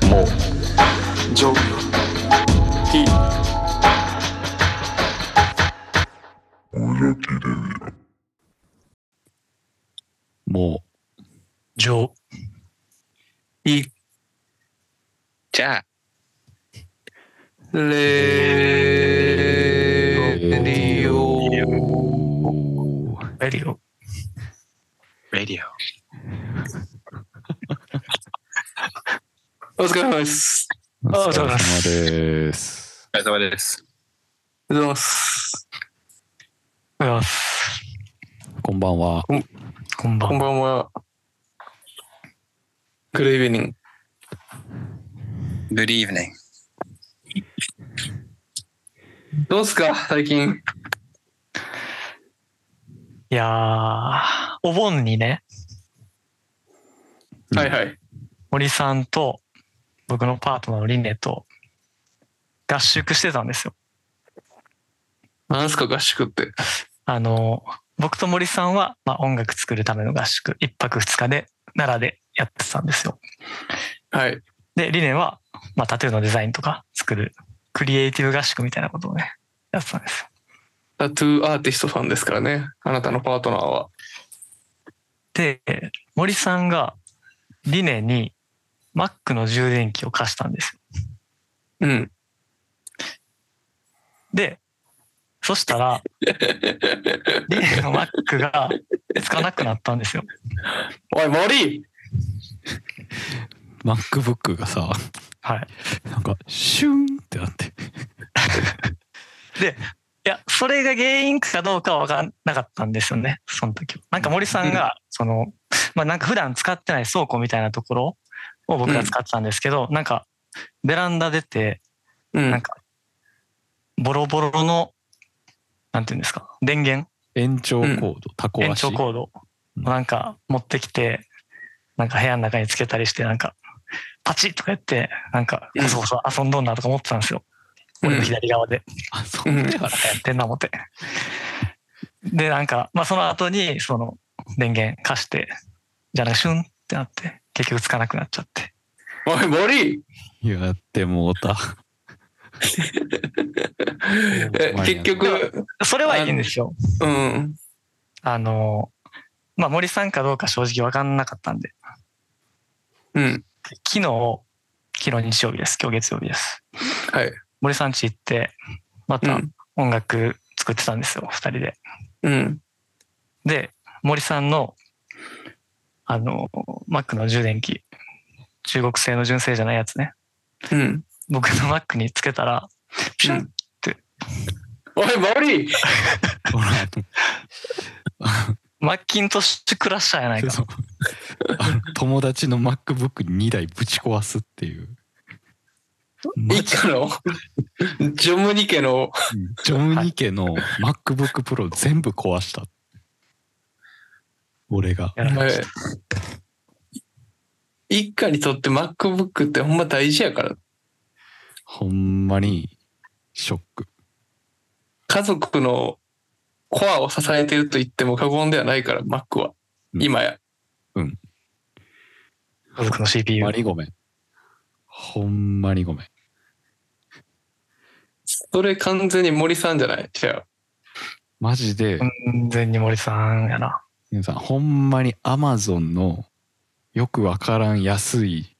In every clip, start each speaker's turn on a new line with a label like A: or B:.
A: きもじょき
B: も
C: じょいじゃ
B: う、
C: レディオ
D: レディオ。
C: レディオお疲れ様です
B: お
D: あ
B: 疲れ様です。
C: お疲れ様です
A: おはようございます
D: おはようございます。
B: こんばんは。
D: こんば
A: こん
D: んは。
A: ばんはグルイビニング
C: Good evening
A: どうっすか最近
D: いやー、お盆にね、
A: はいはい
D: 森さんと僕のパートナーのリネと合宿してたんですよ。
A: なんすか合宿って
D: あの、僕と森さんは、まあ、音楽作るための合宿、一泊二日で奈良でやってたんですよ。
A: はい
D: で、リネは、まあ、タトゥーのデザインとか作る、クリエイティブ合宿みたいなことをね、やってたんですよ。
A: タトゥーアーティストさんですからねあなたのパートナーは
D: で、森さんがリネに Mac の充電器を貸したんですよ
A: うん
D: で、そした ら、リネの Mac がつかなくなったんですよ。
A: おい森
B: MacBook がさ、
D: はい。
B: なんかシュンってなって。
D: いや、それが原因かどうかは分かんなかったんですよね、その時は。なんか森さんが、その、まあなんか普段使ってない倉庫みたいなところを僕が使ってたんですけど、なんかベランダ出て、
A: う
D: なんんか、ボロボロの、なんていうんですか、電源
B: 延長コード、タコ
D: 延
B: 足。
D: 長コードをなんか持ってきて、なんか部屋の中につけたりして、なんか、パチッとかやって、なんか、
A: うん
D: そうそう遊んどんなとか思ってたんですよ。
A: うん
D: 俺の左側 で、
B: あ、そうだか
D: なん
B: ら。
D: かやってんな思って。で、なんか、まあその後に、その、電源貸して、じゃあなんかシュンってなって、結局つかなくなっちゃって。
A: おい森
B: やってもうた。
A: え結局
D: それはいいんですよ。
A: うん
D: あの、まあ森さんかどうか正直わかんなかったんで、
A: うん
D: 昨日、昨日日曜日です。今日月曜日です。
A: はい
D: 森さん家行って、ま
A: う
D: た
A: ん
D: 音楽作ってたんですよ、二人で。
A: うん
D: で、森さんの、あの、Mac の充電器、中国製の純正じゃないやつね。
A: うん
D: 僕の Mac につけたら、ピュン
A: おい森
B: ほら、
D: マッキントッシュクラッシャーやないか。
B: そうあの友達の MacBook に2台ぶち壊すっていう。
A: 一家の ジョムニ家の
B: ジョムニ家の MacBook Pro 全部壊した。俺が。
D: やらかし
A: え一家にとって MacBook ってほんま大事やから
B: ほんまにショック。
A: 家族のコアを支えてると言っても過言ではないから Mac は
B: うん
A: 今や
D: た家族
B: ほ
D: の
B: ん
D: CPU
B: ま。にごめん。ほんまにごめん。
A: それ完全に森さんじゃないじゃ
B: マジで、
D: 完全に森さんやな。
B: 皆さん、ほんまに Amazon のよくわからん安い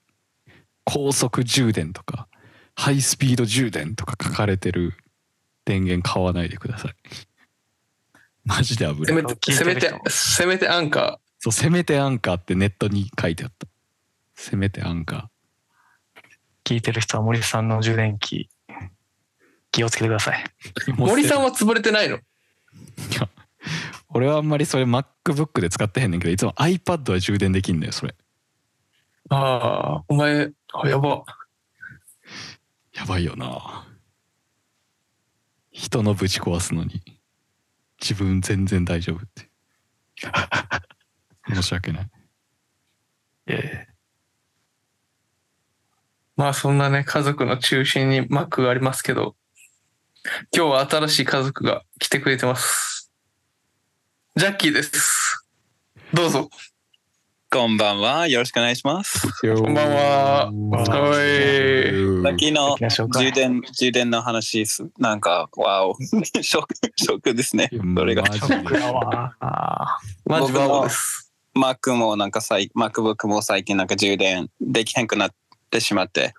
B: 高速充電とか、ハイスピード充電とか書かれてる電源買わないでください。マジで危
A: せ
B: な
A: め
B: い。
D: 聞い
A: てせ
D: てる
A: めて
D: 人
A: せめてアンカ
B: そう、せめてアンカーってネットに書いてあった。せめてアンカ
D: 聞いてる人は森さんの充電器、気をつけてください。
A: ー
B: ー。
A: 森さん
B: は
A: は潰れてないの
B: 俺はあんまりそれ MacBook で使ってへんねんけど、いつも iPad は充電できんのよ、それ。
A: ああお前あやば
B: やばいよな人のぶち壊すのに自分全然大丈夫って 申し訳ない
D: え
A: まあそんなね家族の中心に Mac がありますけど今日は新しい家族が来てくれてますジャッキーですどうぞ
C: こんばんは。よろしくお願いします。
A: こんばんはおい。
C: さっきの
D: きましょうか
C: 充電、充電の話す、なんか、わお、 ショック、ショックですね。それが。
B: マジで
D: 僕らはあ
A: マジバボです。
C: Mac もなんか最、MacBook も最近なんか充電できへんくなってしまって。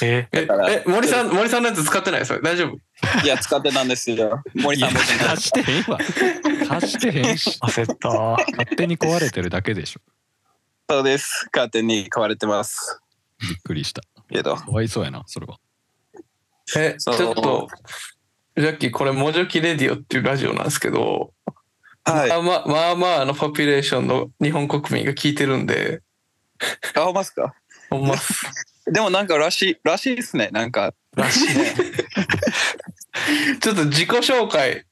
D: ーえ
A: え、え、森さん、森さんのやつ使ってないそれ。大丈夫
C: いや、使ってたんですよ。森
B: い
C: さ
B: や
C: んも充電
B: 貸してへんわ貸してへんし
D: 焦った。
B: 勝手に壊れてるだけでしょ
C: そうです。勝手に買われてます。
B: びっくりした
C: けど。
B: かわいそうやなそれは
A: え、ち
C: そう
A: ょっと、ジャッキー、これ、もじょきレディオっていうラジオなんですけど、
C: はい
A: ま。あまあ、まあまあのポピュレーションの日本国民が聞いてるんで、
C: あ、ほんまっすか
A: ほんまっす。
C: でもなんからしい、らしいですね。なんか、
A: らしいね。ちょっと自己紹介、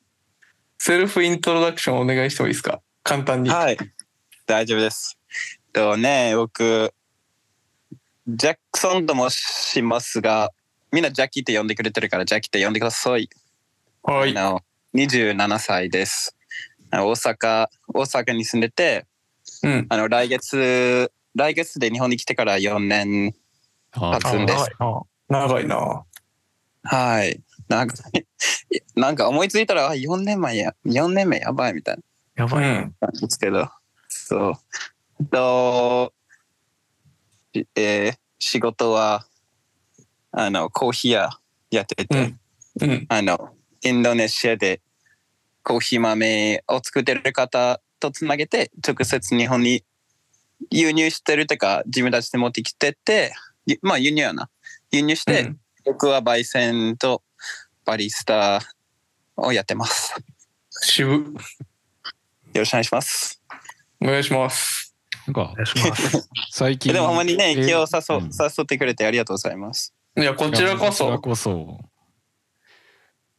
A: セルフイントロダクションお願いしてもいいですか簡単に。
C: はい。大丈夫です。えっとね、僕、ジャックソンと申しますが、みんなジャッキーって呼んでくれてるから、ジャッキーって呼んでください。
A: は
C: あの27歳です。あの大阪、大阪に住んでて、
A: うん。
C: あの来月、来月で日本に来てから4年、
B: あ
C: あ積んで
D: あ長い
A: 長いな
C: はい。なんか、 なんか思いついたら、あ4年前や、4年目やばいみたいな。
D: なやばい。
A: ん。
C: なんですけど、そう。えっと、しえー仕事は、あの、コーヒー屋やってて、
A: うんうん。
C: あの、インドネシアでコーヒー豆を作ってる方とつなげて、直接日本に輸入してるとか、自分たちで持ってきてて、ゆまあ輸入やな。輸入して、
A: うん、
C: 僕は焙煎とバリスタをやってます。
A: 渋。
C: よろしくお願いします。
A: お願いします。
B: なんか
D: お願いします。
B: 最近
C: でもほんまにね、
B: え
C: 今
B: ー
C: 日誘,、
B: うん
C: 誘ってくれてありがとうございます。
A: いや、こちらこ
B: こちら
A: そ。
B: こそ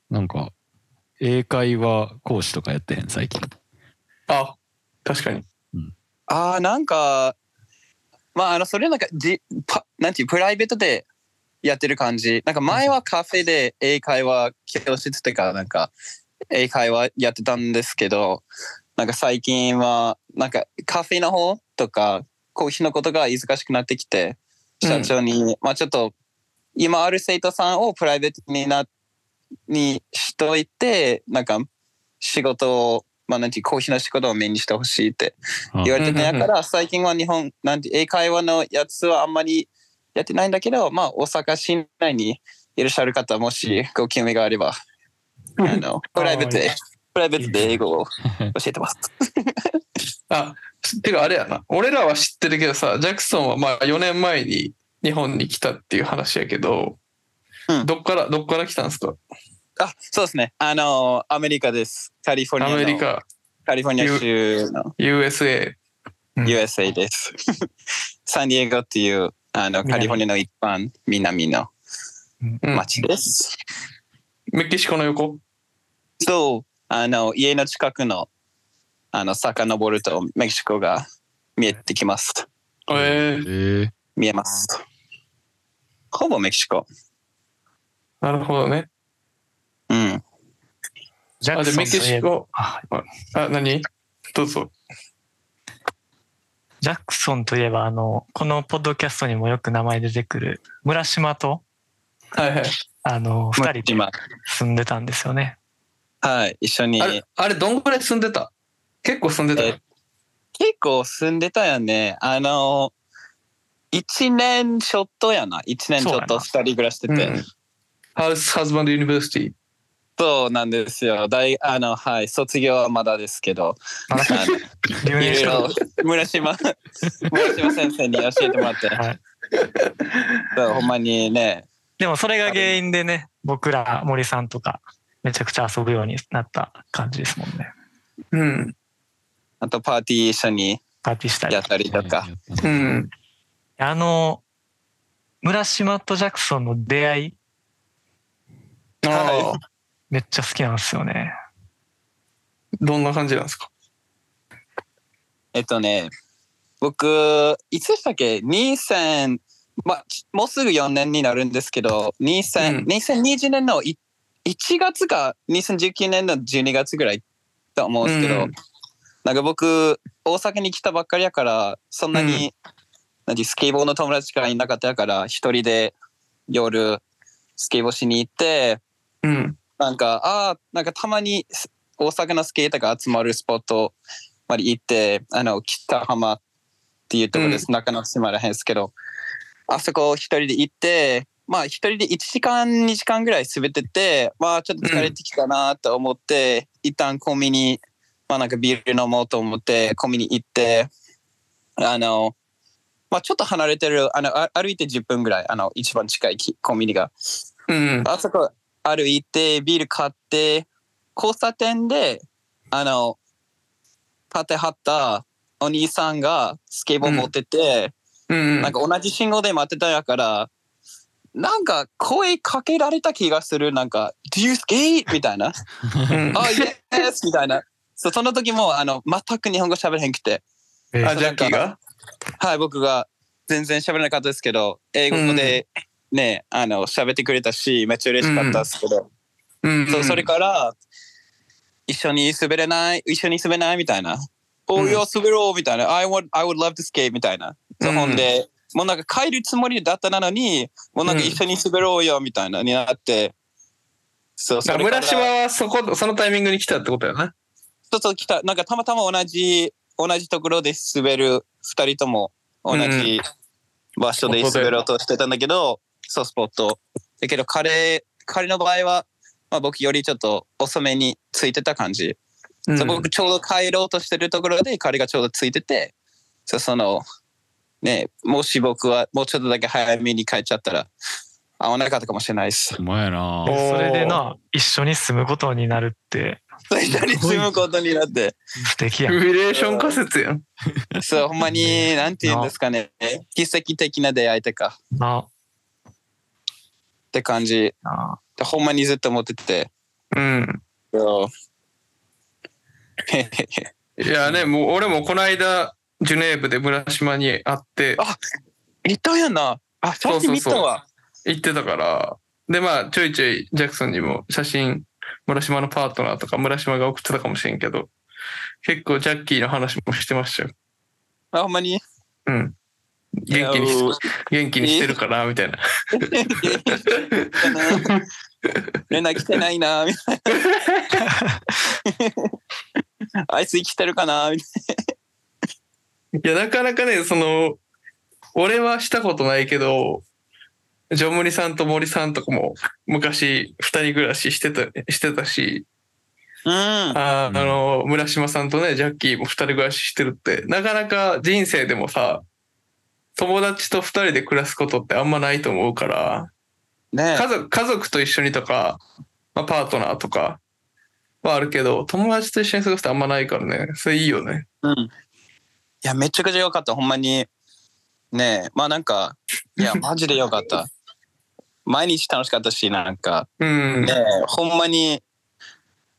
B: なんか英会話講師とかやってへん最近
A: あ、確かに。
C: ああ、なんか、まあ、あの、それなんか、じパなんていう、プライベートでやってる感じ。なんか前はカフェで英会話教室とか、なんか、英会話やってたんですけど、なんか最近は、なんかカフェの方とか、コーヒーのことが忙しくなってきて、社長に、まあちょっと、今ある生徒さんをプライベートにな、にしといて、なんか仕事を、まあなんていう、コーヒーの仕事をメインにしてほしいって
B: うん
C: 言われて
A: うんう
C: た
A: んうん
C: から、最近は日本、なんて、英会話のやつはあんまりやってないんだけど、まあ大阪市内にいらっしゃる方、もしご興味があれば、あの、プライベートで、プライベートで英語を教えてます。
A: あ、てかあれやな。俺らは知ってるけどさ、ジャクソンはまあ4年前に日本に来たっていう話やけど、
C: うん
A: どっから、どっから来たんですか
C: あ、そうですね。あの、アメリカです。カリフォル
A: ア
C: ニアの。
A: メリカ、
C: カリフォルニア州の
A: USA。
D: うん
C: USA です。サンディエゴっていう、あの、
D: 南
C: カリフォルニアの一般南の
A: うん、
C: 町です。
A: メキシコの横
C: そう、あの、家の近くの、あの、遡るとメキシコが見えてきます。
A: ええ
B: えー
C: 見えます。ほぼメキシコ。
A: なるほどね。
C: うん。
D: ジャ
A: あ、
D: ク
A: で、
D: ソ
A: メ
D: ンと
A: キ
D: いえ
A: シ
D: ば
A: コ。
D: あ
A: あ、何どうぞ。
D: ジャクソンといえば、あの、このポッドキャストにもよく名前出てくる村島と、
A: はいはい。
D: あの、二人で
C: 今、
D: 住んでたんですよね。
C: はい、一緒に
A: あ。れ、あれどんぐらい住んでた結構住んでたよ。
C: 結構住んでたよね。あの、一年ちょっとやな。一年ちょっと二人暮らして
A: うん
C: て。。
A: ハウス、ハズバンドユニバーシティ。
C: そうなんですよ。大あのはい卒業はまだですけど、
D: まだ
C: あ
D: 留
C: のい
D: 年
C: ろい
D: し
C: ろ
D: ろ。
C: 村島村島先生に教えてもらって、
D: はい
C: そうほんまにね、
D: でもそれが原因でね、僕ら森さんとか、めちゃくちゃ遊ぶようになった感じですもんね。
A: うん。
C: あとパーティー一緒に
D: パーティーしたり
C: やっ。たりとか、
A: う
B: うん
A: ん。
D: あの、村島とジャクソンの出会い、
A: ああ、
C: は
D: めっちゃ好きなんですよね。
A: どんな感じなんですか
C: えっとね、僕いつでしたっけ2000まあちもうすぐ4年になるんですけど、2000、
A: うん
C: 2020年のい1月か2019年の12月ぐらいと思うんですけど、
A: うん
C: なんか僕、大阪に来たばっかりやから、そんなに、なんてスケボーの友達がいなかったから、一人で夜、スケボーしに行って、
A: うん。
C: なんか、ああ、なんかたまにす大阪のスケーターが集まるスポットまで行って、あの、北浜っていうところです。中之島らへんですけど、あそこを一人で行って、まあ一人で1時間、2時間ぐらい滑ってて、まあちょっと疲れてきたなと思って、一旦コンビニ、まあなんかビール飲もうと思って、コンビニ行って、あの、まあちょっと離れてる、あの、あ歩いて10分ぐらい、あの、一番近いきコンビニが。
A: うん。
C: あそこ歩いてビール買って交差点であの立てはったお兄さんがスケボー持ってて、
A: うん。
C: なんか同じ信号で待ってたやからなんか声かけられた気がするなんか「Do you skate?」みたいな
A: うん
C: 「あ、yes!」みたいなそうその時もあの全く日本語喋れへんくて
B: え
A: あ、ジャッキーが
C: はい、僕が全然喋れなかったですけど、英語でね、あの喋ってくれたし、めっちゃ嬉しかったですけど、
A: うん。
C: そうそれから、一緒に滑れない、一緒に滑れないみたいな。お
A: う
C: うんよ、滑ろうみたいな。I would, I would love to skate みたいな。そう
A: うん
C: ほんで、もうなんか帰るつもりだったなのに、もうなんか一緒に滑ろうよみたいなになって、そう、そ
A: あ
C: れから
A: 村島はそこ、そのタイミングに来たってことやな。
C: ちょっと来た、なんかたまたま同じ、同じところで滑る、二人とも同じ場所で滑ろうとしてたんだけど、そう、スポット。だけど、彼、彼の場合は、まあ、僕よりちょっと遅めについてた感じ。
A: うん
C: そう僕ちょうど帰ろうとしてるところで、彼がちょうどついてて、そうその、ね、もし僕はもうちょっとだけ早めに帰っちゃったら、会わなかったかもしれないです。
B: お前やな
A: おー
D: それでな、一緒に住むことになるって
C: 一緒に住むことになって。
D: 素敵や
A: フ
D: ん。
A: ィレーション仮説やん。
C: そう、ほんま に、なんて言うんですかね。奇跡的な出会いとか、
D: な
C: って感じ。
D: な
C: でほんまにずっと思ってて。
A: うん。
C: そう
A: いやね、もう俺もこの間、ジュネーブで村島に会って
C: あいたやな。あ、
A: そ
C: 写
A: うそ
C: 真
A: う
C: 見
A: そ
C: た
A: う
C: わ。
A: 行ってたから、で、まあ、ちょいちょいジャクソンにも写真、村島のパートナーとか村島が送ってたかもしれんけど、結構ジャッキーの話もしてましたよ。
C: あ、ほんまに。
A: うん。元気に
C: いや
A: し
C: う
A: 元気にしてるかなみたいな。
C: 連絡来てないな、みたいな。あいつ生きてるかな、みたい
A: いや、なかなかね、その、俺はしたことないけど、ジョムリさんと森さんとかも昔二人暮らししてた、してたし、
C: な。うん。
A: あ
B: うん
A: ーあの、村島さんとね、ジャッキーも二人暮らししてるって、なかなか人生でもさ、友達と二人で暮らすことってあんまないと思うから、
C: ね
A: 家族、家族と一緒にとか、まあ、パートナーとかはあるけど、友達と一緒に過ごすってあんまないからね、それいいよね。
C: うん。いや、めちゃくちゃ良かった。ほんまに。ねえ、まあなんか、いや、マジで良かった。毎日楽しかったし、なんか、
A: うん
C: ね。え、ほんまに、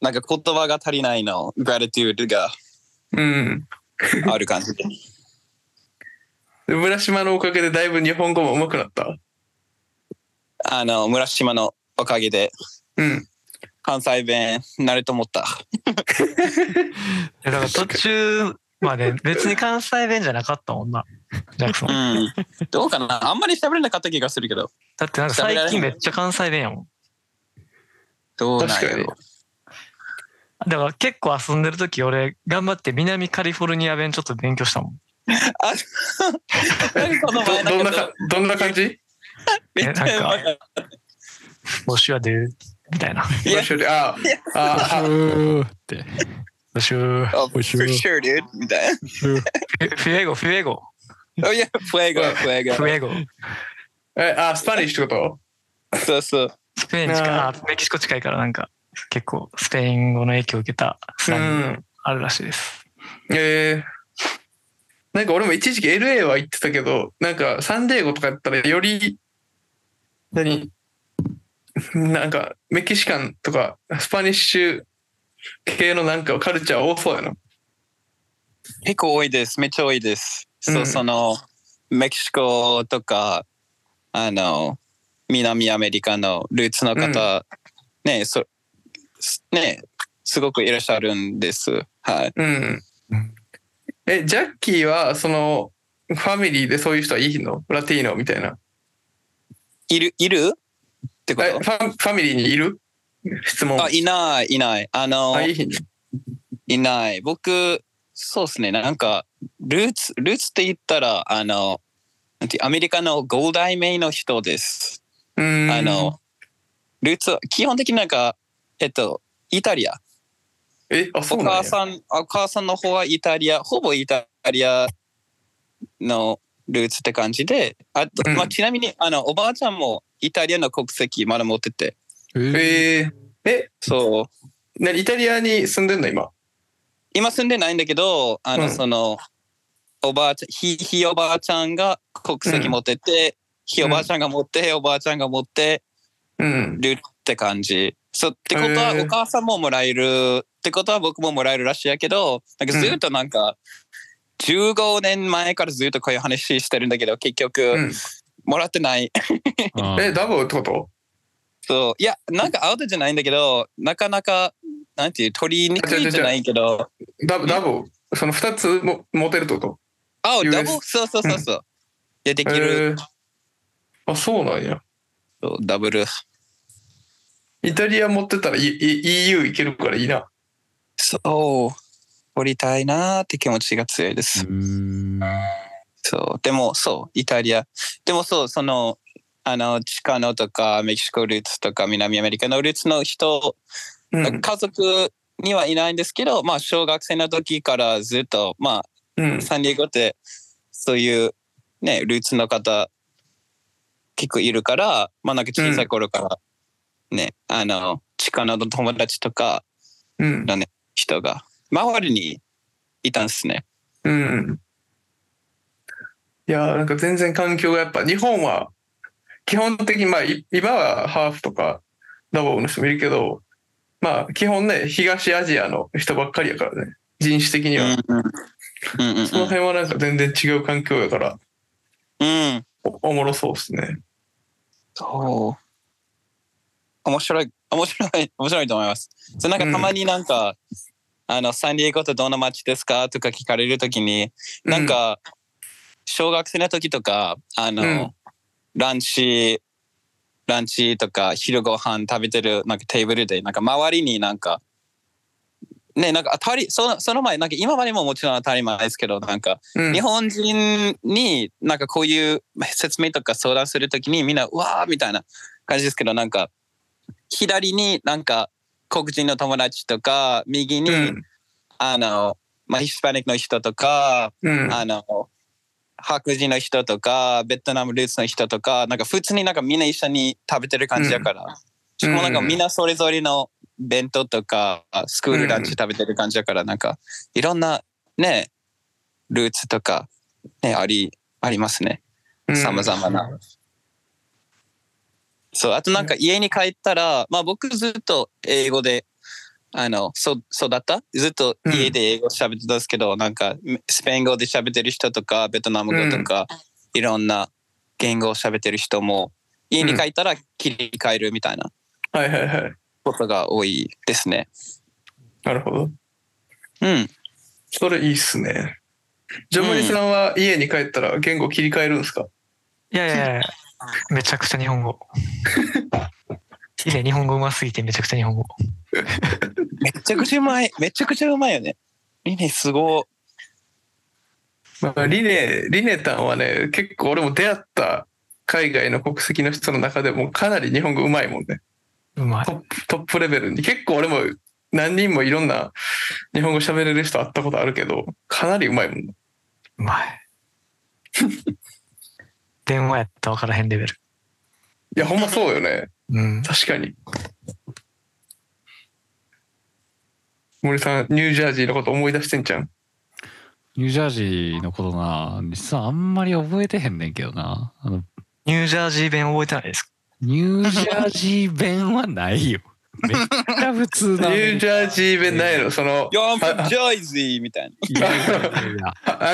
C: なんか言葉が足りないの、グラティテュードが
A: うん。
C: ある感じで。
A: で村島のおかげでだいぶ日本語も上手くなった。
C: あの、村島のおかげで、
A: うん。
C: 関西弁になると思った。
D: いやだから途中まで別に関西弁じゃなかったもんな、ジャクソ
C: う
D: ン。
C: ん。どうかなあんまり喋れなかった気がするけど。
D: だってなんか最近めっちゃ関西弁やもん。
C: どうなんや
A: 確かに
C: ろ
D: だから結構遊んでる時俺頑張って南カリフォルニア弁ちょっと勉強したもん。
C: 何この前
A: どどんな
C: か
A: かどんな感じ
C: めっちゃうまい。
D: ロシアでみたいな。
C: いや
A: 場所でああああ
B: うーって
D: ロシュ
C: あ
B: 美
C: For
B: 味しい
C: sure, dude. みたいな。
D: フィフィエゴ、フィエゴ、
C: Oh yeah, fuego, fuego.
D: フィエゴ。
A: えあスパニッシュってこ
C: そうそう。
D: スペイン近い、
A: あ
D: あメキシコ近いからなんか結構スペイン語の影響を受けたス
A: とう
D: ラング
A: ん。
D: あるらしいです。
A: えーなんか俺も一時期 LA は行ってたけど、なんかサンデーゴとかやったらより、何なんかメキシカンとかスパニッシュ系のなんかカルチャー多そうやな。
C: 結構多いです。めっちゃ多いです。
A: う
C: そ
A: ん
C: う、その、メキシコとか、あの、南アメリカのルーツの方、ね、そ、すね、すごくいらっしゃるんです。はい。
A: うん。え、ジャッキーは、その、ファミリーでそういう人はいいのラティーノみたいな。
C: いる、いるってこ
A: え
C: と
A: ファファミリーにいる質問。
C: あ、いない、いない。あの、
A: あい
C: い、
A: い日に
C: ない。僕、そうですね、なんか、ルーツ、ルーツって言ったら、あの、なんてアメリカの5代目の人です。
A: うーん
C: あの、ルーツは、基本的になんか、えっと、イタリア。
A: え、あ、そ
C: お
A: うなんや。
C: 母さん、お母さんの方はイタリア、ほぼイタリアのルーツって感じで、あと
A: うん
C: まあ、ちなみに、あの、おばあちゃんもイタリアの国籍まだ持ってて、
B: えー
A: えー、え、
C: そう、
A: なイタリアに住んでんの今。
C: 今住んでないんだけど、あの、
A: うん
C: その、おばあちゃん、ひ、ひおばあちゃんが国籍持ってて、ひおばあちゃんが持って、おばあちゃんが持って
A: うん。
C: るって感じ。そう、ってことは、
A: へー
C: お母さんももらえる、ってことは僕ももらえるらしいやけど、なんかずっとなんか、15年前からずっとこういう話してるんだけど、結
A: う
C: 局、
A: ん、
C: もらってない。
B: あ
A: え、
B: ー
A: ダブルってこと
C: そう、いや、なんかアウトじゃないんだけど、なかなか、なんていう、取りにくいじゃないけど、
A: ダブダブルその2つも持てるってこと
C: あ、
A: US
C: ダブル、そうそうそうそう。いや、できる。
A: えーあ、そうなんや。
C: そうダブル。
A: イタリア持ってたらいい EU 行けるからいいな。
C: そう。取りたいなーって気持ちが強いです。
B: うーん
C: そう。でも、そう、イタリア。でも、そう、その、あの、チカノとか、メキシコルーツとか、南アメリカのルーツの人、
A: うん。
C: 家族にはいないんですけど、まあ、小学生の時からずっと、ま
A: うん
C: あ、。サンディエゴって、そういう、ね、ルーツの方、結構いるから、まあ、なんか小さい頃から、ね、あの、チカノの友達とか、
A: うん。
C: 人が、周りにいたんですね。
A: うん。いやー、なんか全然環境がやっぱ、日本は、基本的に、まあ、い今はハーフとか、ダボの人もいるけど、まあ、基本ね、東アジアの人ばっかりやからね。人種的には。
C: うんうんうんうん
A: その辺はなんか全然違う環境やから、
C: うん。うん。
A: おおもろそうっすね。
C: そう。面白い、面白い、面白いと思います。そうなんか
A: うん
C: たまになんか、あの、サンディエゴってどんな街ですかとか聞かれるときに、なんか、小学生の時とか、あの、
A: うん
C: ランチ、ランチとか昼ご飯食べてるなんかテーブルで、なんか周りになんか、ね、なんか当たり、そのその前、なんか今までももちろん当たり前ですけど、なんか、
A: うん、
C: 日本人になんかこういう説明とか相談するときにみんなうわーみたいな感じですけどなんか左になんか黒人の友達とか右に、あの、まあ、ヒスパニックの人とか、
A: うん。うん。
C: あの白人の人とかベトナムルーツの人とかなんか普通になんかみんな一緒に食べてる感じだから、しかもなんかみんなそれぞれの弁当とかスクールランチ食べてる感じだからなんかいろんなねルーツとかねありありますね
A: うん
C: さまざまな。そうあとなんか家に帰ったらまあ僕ずっと英語であのそ育ったずっと家で英語喋ってたんですけど、なんかスペイン語で喋ってる人とかベトナム語とか、いろんな言語を喋ってる人も家に帰ったら切り替えるみたいな
A: はいはいはい。
C: ことが多いですね。
A: なるほど。
C: うん。
A: それいいっすね。ジョブリさんは家に帰ったら言語切り替えるんですか、
D: いやいやいや、めちゃくちゃ日本 語。以前日本語うますぎてめちゃくちゃ日本語。
C: めちゃくちゃう まい。めちゃくちゃうまいよね。リネすご
A: まあ、リネ、リネタンはね、結構俺も出会った海外の国籍の人の中でもかなり日本語うまいもんね。
D: うまい。
A: トップレベルに。結構俺も何人もいろんな日本語喋れる人会ったことあるけど、かなりうまいもん、ね。
D: うまい。電話やったら分からへんレベル。
A: いや、ほんまそうよね。
D: うん。
A: 確かに。森さん、ニュージャージーのこと思い出してんじゃん。
B: ニュージャージーのことな実はあんまり覚えてへんねんけどなあの
D: ニュージャージー弁覚えてないですか
B: ニュージャージー弁はない よめっちゃ普通
A: ニ
B: だ
A: ュージャージー弁ないの、その
C: い。、ヨンフジョイズーみたいな。
B: いやいやいやいや
A: はな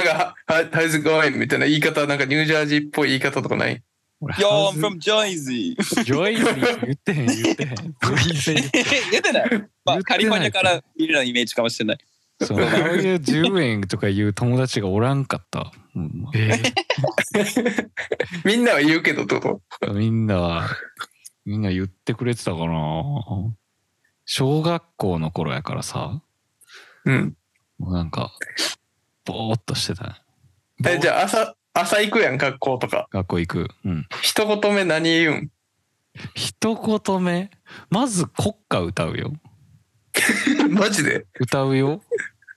A: んか、は How's it going? みたいな言い方、なんかニュージャージーっぽい言い方とかない
B: 俺
C: ヨ
B: ハ
C: ン
B: ズ
C: フ from ジョイズー。
B: ジョイズ言ってへん言ってへん全然言ってへん
C: 言ってない。まあ、カリフォルニアから見るのイメージかもしれない。
B: そうああいう10円とかいう友達がおらんかった、ほんま
D: え
A: みんなは言うけどってこと
B: みんなはみんな言ってくれてたかな小学校の頃やからさ
A: うん。
B: もうなんかぼーっとしてたね
A: え、じゃあ朝、朝行くやん、学校とか。
B: 学校行くうん
A: 一言目何言うん
B: 一言目まず国歌歌うよ
A: マジで
B: 歌うよ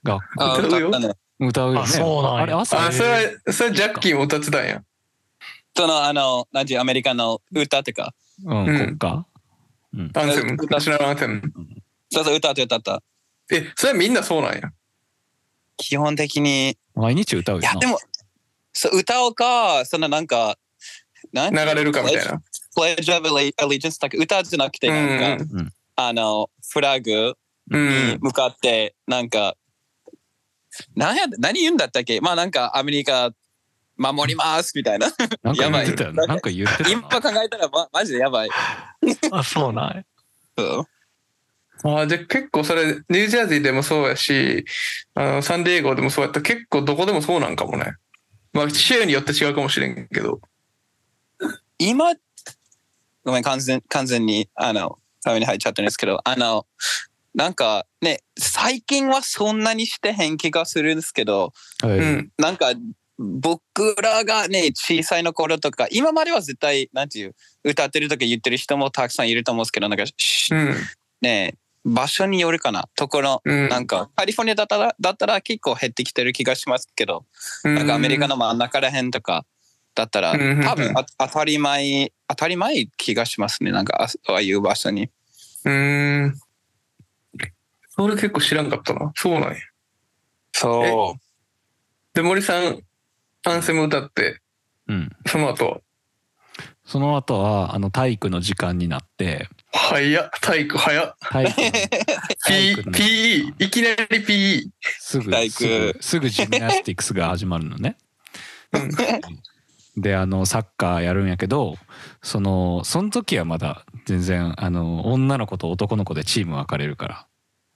B: 学校
C: あ歌ったね。
B: 歌うよね
D: あそうなんや
B: あれ朝
A: あ、それは、それジャッキーも歌ってたんや。
C: その、あの、なんていうアメリカの歌とか。
B: うん
A: うん
B: 国歌
A: アンセム、
C: 歌
A: ナ
C: っ
A: ショナルアンセム。
C: そうそう、歌って歌った。
A: え、それはみんなそうなんや。
C: 基本的に、い
B: 毎日歌うよな
C: や、でも、そう歌おうか、そのなんか、なん
A: 流れるかみたいな。
C: Pledge of Allegiance だけ歌じゃなくて、
A: う
C: なんか、
A: ん
C: あの、フラグ
A: うん。う
C: に
A: ん。
C: 向かって、なんか、なんや、何言うんだったっけまあなんか、アメリカ守りますみたいな。
B: なんか言ってたよな
C: やばい
B: なんか言ってたな
C: 今考えたら、ま、マジでやばい。
D: あ、そうなんや。
C: そう
A: あーじゃあ結構それ、ニュージャージーでもそうやし、あの、サンディエゴでもそうやったら結構どこでもそうなんかもね。まあ、州によって違うかもしれんけど。
C: 今、ごめん、完全完全に、あの、ために入っちゃったんですけど、あの、なんかね、最近はそんなにしてへん気がするんですけど、
B: はい
A: うん。
C: なんか僕らがね小さいの頃とか今までは絶対なんていう歌ってるとか言ってる人もたくさんいると思うんですけどなんかし
A: うん。
C: ね場所によるかなところ
A: うん。
C: なんかカリフォルニアだったらだったら結構減ってきてる気がしますけど
A: な
C: なんかアメリカの真ん中らへんとかだったら
A: うん
C: 多分あ当たり前当たり前気がしますねなんかあああいう場所に
A: うーん。それ結構知らんかったな。そうなんや。
C: そう
A: で、森さん、アンセム歌って、
B: うん
A: その後、
B: その後はあの体育の時間になって
A: 早っ、体育早っ。
B: 体育の体
A: P
B: 育の
A: PE、いきなり PE。
B: すぐ
C: 体育
B: すぐすぐジムナスティックスが始まるのね
A: うん。
B: であのサッカーやるんやけどそのその時はまだ全然あの女の子と男の子でチーム分かれるから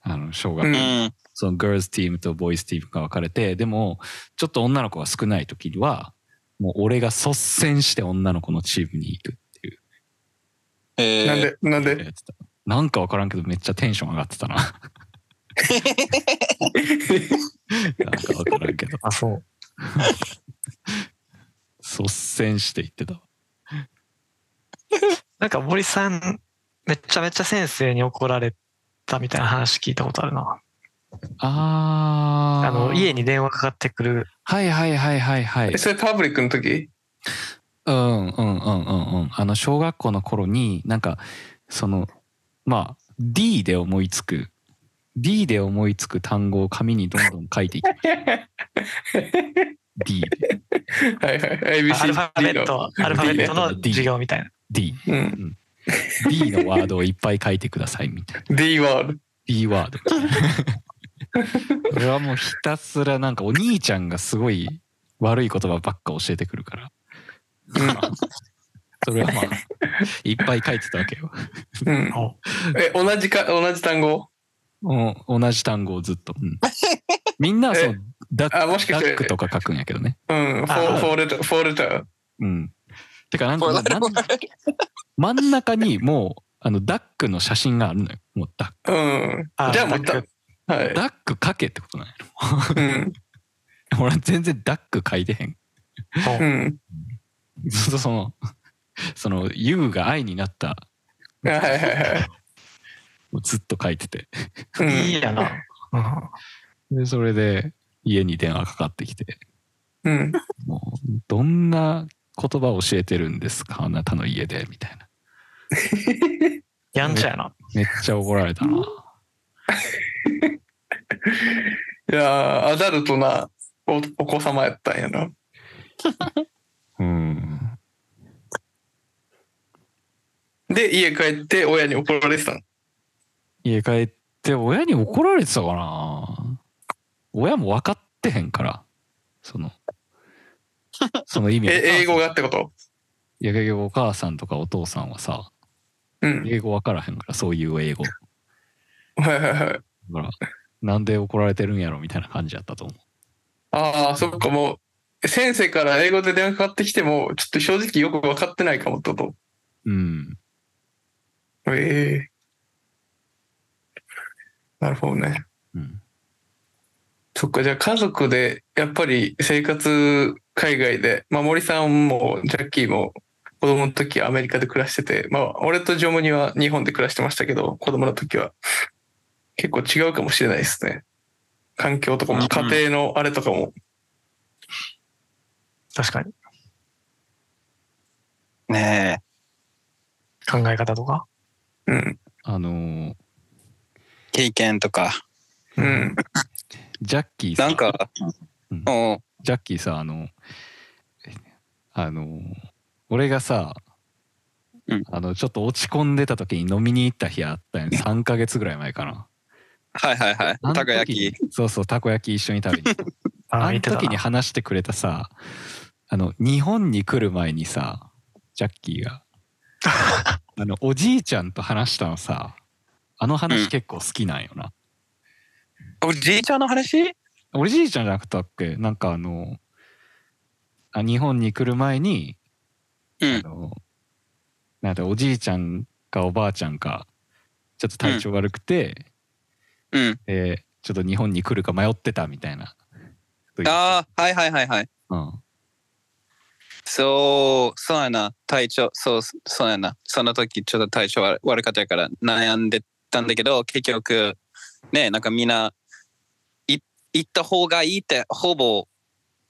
B: あの小学校
A: う
C: うんん
B: その girls チームと boys チームが分かれてでもちょっと女の子が少ない時にはもう俺が率先して女の子のチームに行くっていう
C: えー
A: なんで、なんで。
B: やってたなんか分からんけどめっちゃテンション上がって たななんか分からんけど
D: あ、そう。
B: 率先して行ってたわ
D: なんか森さん、めちゃめちゃ先生に怒られたみたいな話聞いたことあるな。
B: あー
D: あの、家に電話かかってくる。
B: はいはいはいはいはい
A: え、それパブリックの時
B: うんうんうんうんうんあの小学校の頃になんかそのまあ D で思いつく D で思いつく単語を紙にどんどん書い ていきました D で
A: はいはい。
D: アルフ
A: ABC
D: ァベット、アルファベットの授業みたいな。
B: D
A: うん。
B: D のワードをいっぱい書いてくださいみたいな
A: D ワード。
B: D ワード俺はもうひたすらなんかお兄ちゃんがすごい悪い言葉ばっか教えてくるからそれはまあいっぱい書いてたわけよ
A: うん。うん。え、同じか、同じ単語
B: うん同じ単語をずっと、うんみんなはそのダッ
A: あ、もしか
B: ダ
A: し
B: ック
A: て、
B: とか書くんやけどね
A: うん。フォ
D: あ
A: ーフォーレター、フォーレター。
B: うんてかなんかもう真ん真ん中にもうあのダックの写真があるのよもうダッ
A: うん。じゃあもう
D: ダッ
A: だ
D: ク、
A: はい
B: ク。ダック書けってことなんや
A: うん。
B: ろ俺は全然ダック書いてへん
A: うん。
B: ずっとそのその U が愛になった
A: はいはいはい
B: をずっと書いてて
A: うん。
D: いいやな。うん
B: でそれで家に電話かかってきて
A: うん。
B: もうどんな言葉を教えてるんですかあなたの家でみたいな
D: やんちゃやな。
B: めっちゃ怒られたな。
A: いやーアダルトなおお子様やったんやな。
B: うん
A: で、家帰って親に怒られてたの。
B: 家帰って親に怒られてたかな親も分かってへんからそのその意味
A: え、英語
B: が
A: がってこと
B: いやいやお母さんとかお父さんはさ
A: うん。
B: 英語分からへんからそういう英語だ
A: はいはいはい。
B: からなんで怒られてるんやろみたいな感じやったと思う。
A: ああ、そっか、もう、先生から英語で電話かかってきても、ちょっと正直よく分かってないかもってこと。
B: うん。
A: ええなるほどね。
B: うん。
A: そっか、じゃあ家族で、やっぱり生活海外で、まあ森さんもジャッキーも子供の時アメリカで暮らしてて、まあ俺とジョムニは日本で暮らしてましたけど、子供の時は結構違うかもしれないですね。環境とか
C: う
A: も
C: ん
A: 家庭のあれとかも。
D: 確かに。
C: ね
D: 考え方とか。
A: うん。
B: あのー
C: え、経験とか。
A: うん。
B: ジャッキーさ
C: なんか、
B: うん
C: おう
B: ジャッキーさあのあの俺がさ、
C: うん
B: あのちょっと落ち込んでた時に飲みに行った日あったよ ね3ヶ月ぐらい前かな
C: はいはいはい。
B: あの時
C: たこ焼き。
B: そうそうたこ焼き一緒に食べに行った
D: あ
B: あ
D: 言
B: の
D: ってた
B: 時に
D: な。
B: 話してくれたさあの日本に来る前にさジャッキー があのおじいちゃんと話したのさあの
C: う
B: 話
C: ん
B: 結構好きなんよな、
C: おじいちゃんの話
B: おじいちゃんじゃなくたっけなんかあのあ日本に来る前に、
C: うん
B: あのなんだおじいちゃんかおばあちゃんかちょっと体調悪くて、
C: うん。
B: でちょっと日本に来るか迷ってたみたいな。
C: ああ、はいはいはいはい。
B: うん、
C: そう、そうやな。体調、そう、そうやな。その時、ちょっと体調悪悪かったから悩んでたんだけど、結局、ね、なんかみんな、い行った方がいいって、ほぼ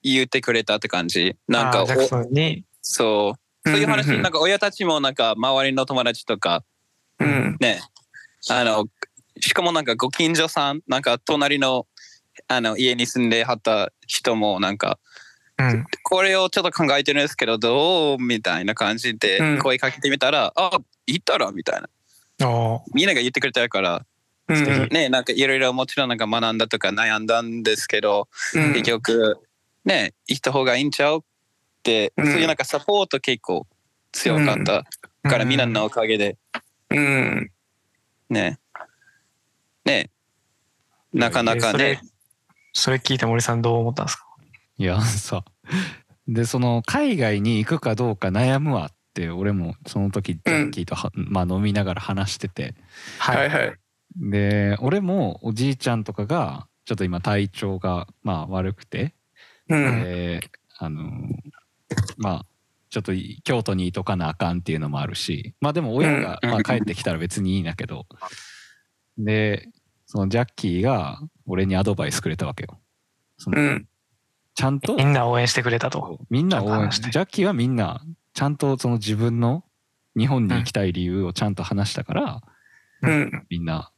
C: 言ってくれたって感じ。なんか、
D: あジャク
C: お
D: ソンに、
C: そう、そういう話、
A: うん
C: なんか親たちも、なんか周りの友達とか、
A: うん。
C: ね、あの、しかもなんかご近所さん、なんか隣の、あの、家に住んではった人も、なんか、
D: うん。
C: これをちょっと考えてるんですけどどうみたいな感じ
A: う
C: で
A: ん
C: 声かけてみたら、あ行ったらみたいな
D: お
C: みんなが言ってくれたから、
A: うん。うん
C: ねなんかいろいろもちろんなんか学んだとか悩んだんですけど、
A: うん
C: 結局ね行った方がいいんちゃうって、
A: うん
C: そういうなんかサポート結構強かった、
D: ー
C: からみんなのおかげで
A: うん。
C: ねねなかなかね
D: それそれ聞いて森さんどう思ったんですか
B: いやさでその海外に行くかどうか悩むわって俺もその時ジャッキーとは、まあ、飲みながら話してて、
A: はい
D: い。
A: はい。
B: で俺もおじいちゃんとかがちょっと今体調がまあ悪くて、
A: うん。
B: であのまあちょっとい京都にいとかなあかんっていうのもあるしまあでも親が、
C: うん
B: まあ、帰ってきたら別にいいんだけどでそのジャッキーが俺にアドバイスくれたわけよ
A: うん。
B: ちゃんと
D: みんな応援してくれたと。
B: みんな応援し
D: ちゃんと話してて
B: ジャッキーはみんなちゃんとその自分の日本に行きたい理由をちゃんと話したから、
A: うん。
B: みんな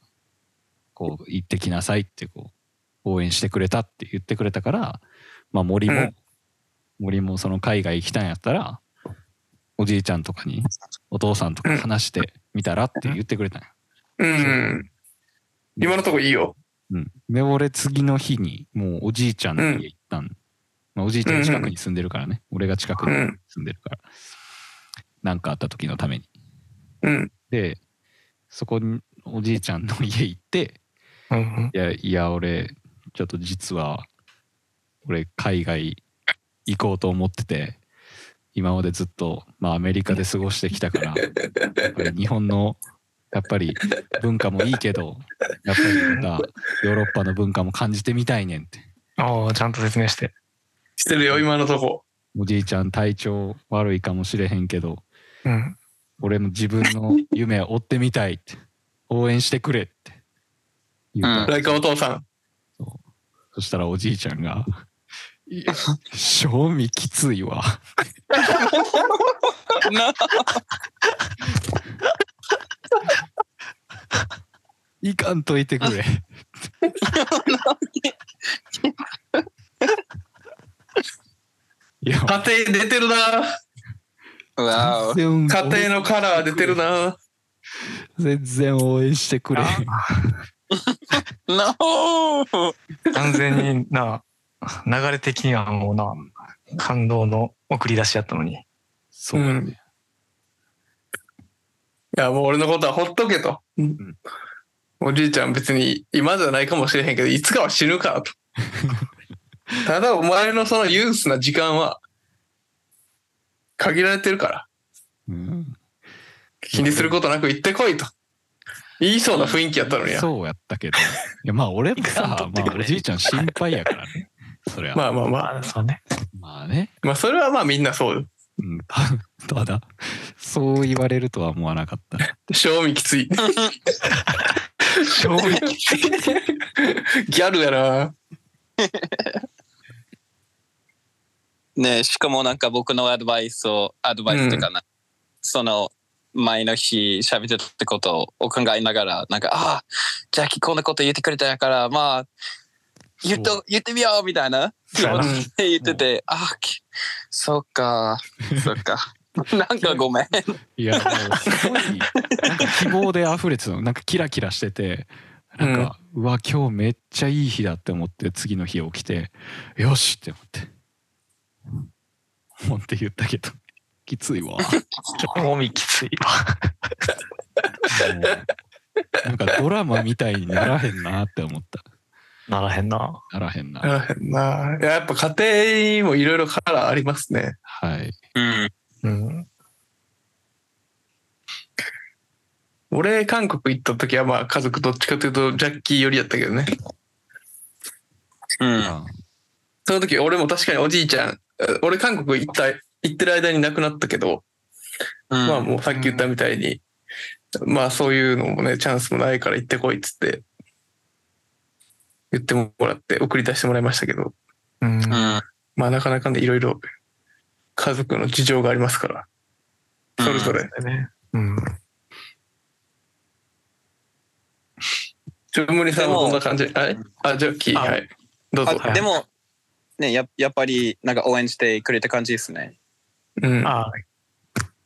B: こう行ってきなさいってこう応援してくれたって言ってくれたから、まあ、森も、
A: うん
B: 森もその海外行きたいんやったらおじいちゃんとかにお父さんとか話してみたらって言ってくれたんや。
A: うん。今のとこいいよ。
B: うん、で俺次の日にもうおじいちゃんの家行ったん、まあ、おじいちゃん近くに住んでるからね、俺が近くに住んでるから何、なん、かあった時のために。
A: うん。
B: でそこにおじいちゃんの家行って
D: うんうん。
B: いや、いや、俺、ちょっと実は、俺、海外行こうと思ってて、今までずっと、まあ、アメリカで過ごしてきたから、やっぱり日本の、やっぱり文化もいいけど、やっぱりまた、ヨーロッパの文化も感じてみたいねんって。
D: おーちゃんと説明して。
A: してるよ、今のとこ。
B: おじいちゃん、体調悪いかもしれへんけど、
D: うん。
B: 俺も自分 の夢を追ってみたいって、応援してくれって言うたら
C: うん
A: ライカお父さ
B: そしたらおじいちゃんが、いや、賞味きついわ。
C: な
B: 行かんといてく れ。いや
A: ん。、家庭出てるな。
C: わお
B: 全然
A: 家庭のカラー出てるな。
B: 全然応援してくれ。
C: なお
D: 完全にな、流れ的にはもうな、感動の送り出しやったのに。
B: そうだね。
A: いや、もう俺のことはほっとけと。おじいちゃん別に今じゃないかもしれへんけど、いつかは死ぬからと。ただお前のそのユースな時間は限られてるから、
B: うん、
A: 気にすることなく行ってこいと。言いそうな雰囲気やったのにな。
B: そうやったけどいやまあ俺もさ、
E: いかんと
B: ま
E: ってくれ
B: あ、おじいちゃん心配やからねそりゃま
A: まあまあまあ。
D: まあ、そうね。
B: あね、
A: まあそれはまあみんなそうよ。
B: うん、た ただそう言われるとは思わなかった
A: 賞味きつい。
D: 衝撃。
A: ギャルやな。
C: ねえしかもなんか僕のアドバイスをアドバイスというかな、その前の日喋ってたってことを考えながらなんかああジャッキーこんなこと言ってくれたからまあ言っと言ってみようみたいな気
D: そ
C: 持
D: うや
C: ち
A: な
C: で言っててああきそっかそっ かなんかごめん
B: いや、もうすごい、なんか希望で溢れてたの。なんかキラキラしてて、なんか、うわ、今日めっちゃいい日だって思って、次の日起きて、よしって思って。思って言ったけど、 きついわ。も
D: 重みきついわ。
B: うなんかドラマみたいにならへんなって思った。
D: ならへんな。
B: ならへんな。
A: ならへんな。いややっぱ家庭にもいろいろカラーありますね。
B: はい。
C: うん
D: うん。
A: 俺、韓国行った時はまあ家族どっちかというとジャッキー寄りやったけどね。
C: うん
B: あ
A: その時俺も確かにおじいちゃん、え俺韓国行った、行ってる間に亡くなったけど、
C: うん
A: まあもうさっき言ったみたいに、まあそういうのもね、チャンスもないから行ってこいっつって、言ってもらって送り出してもらいましたけど、
D: うん。
C: うん
A: まあなかなかね、いろいろ家族の事情がありますから、それぞれ。
D: ね。うん。
A: ジョムリさんもそんな感じ。あれあ、ジョッキー、
D: あ
A: はい。どうぞ。
C: あでもねややっぱりなんか応援してくれた感じですね
A: うん。あ
D: あ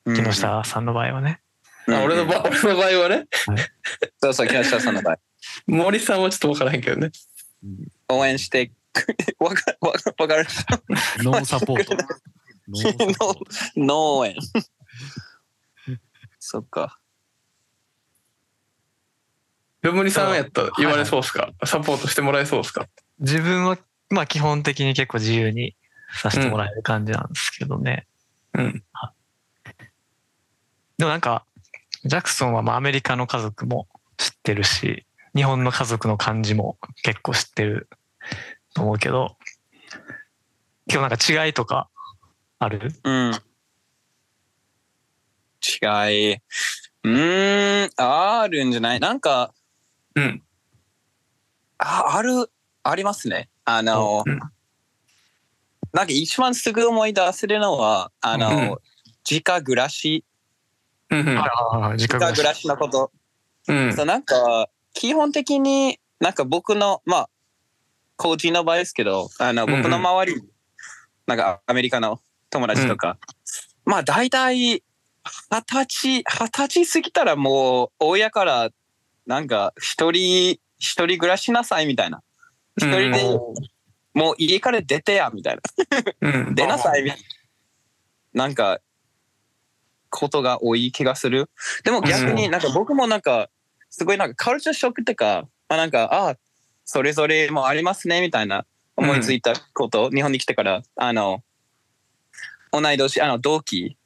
D: あ、木下さんの場合はね。
C: うん
A: 俺の場 俺の場合はね、
C: そうそう木下さんの場合
A: 森さんはちょっとわからへんけどね。
C: 応援して くわかわかわかる
B: ノーサポート。 ノーサポート。
C: 農園。 そっか。
A: ジョムリさんやったら言われ
D: はい
A: そうっすか、サポートしてもらえそうっすか
D: 自分は、まあ基本的に結構自由にさせてもらえる感じなんですけどね。
A: うん。
D: でもなんか、ジャクソンはまあアメリカの家族も知ってるし、日本の家族の感じも結構知ってると思うけど、今日なんか違いとかある
C: うん。違い。うーん、あるんじゃないなんか、
A: うん。
C: あある、ありますね。あの、
A: うん
C: なんか一番すぐ思い出せるのは、あの、
A: うん
C: 自家暮らし、
A: うんうん。
D: ああ、自
C: 自家暮らしのこと
A: うん。
C: そうなんか基本的になんか僕のまあ個人の場合ですけどあの
A: うんうん
C: 僕の周り、なんかアメリカの友達とか、まあ大体二十歳二十歳過ぎたらもう親からなんか一人一人暮らしなさいみたいな一人でもう家から出てやみたいな
A: うん。
C: 出なさいみたいななんかことが多い気がするでも逆になんか僕もなんかすごいなんかカルチャーショックってか、まあ、なんかああそれぞれもありますねみたいな思いついたこと、日本に来てからあの同い年あの同期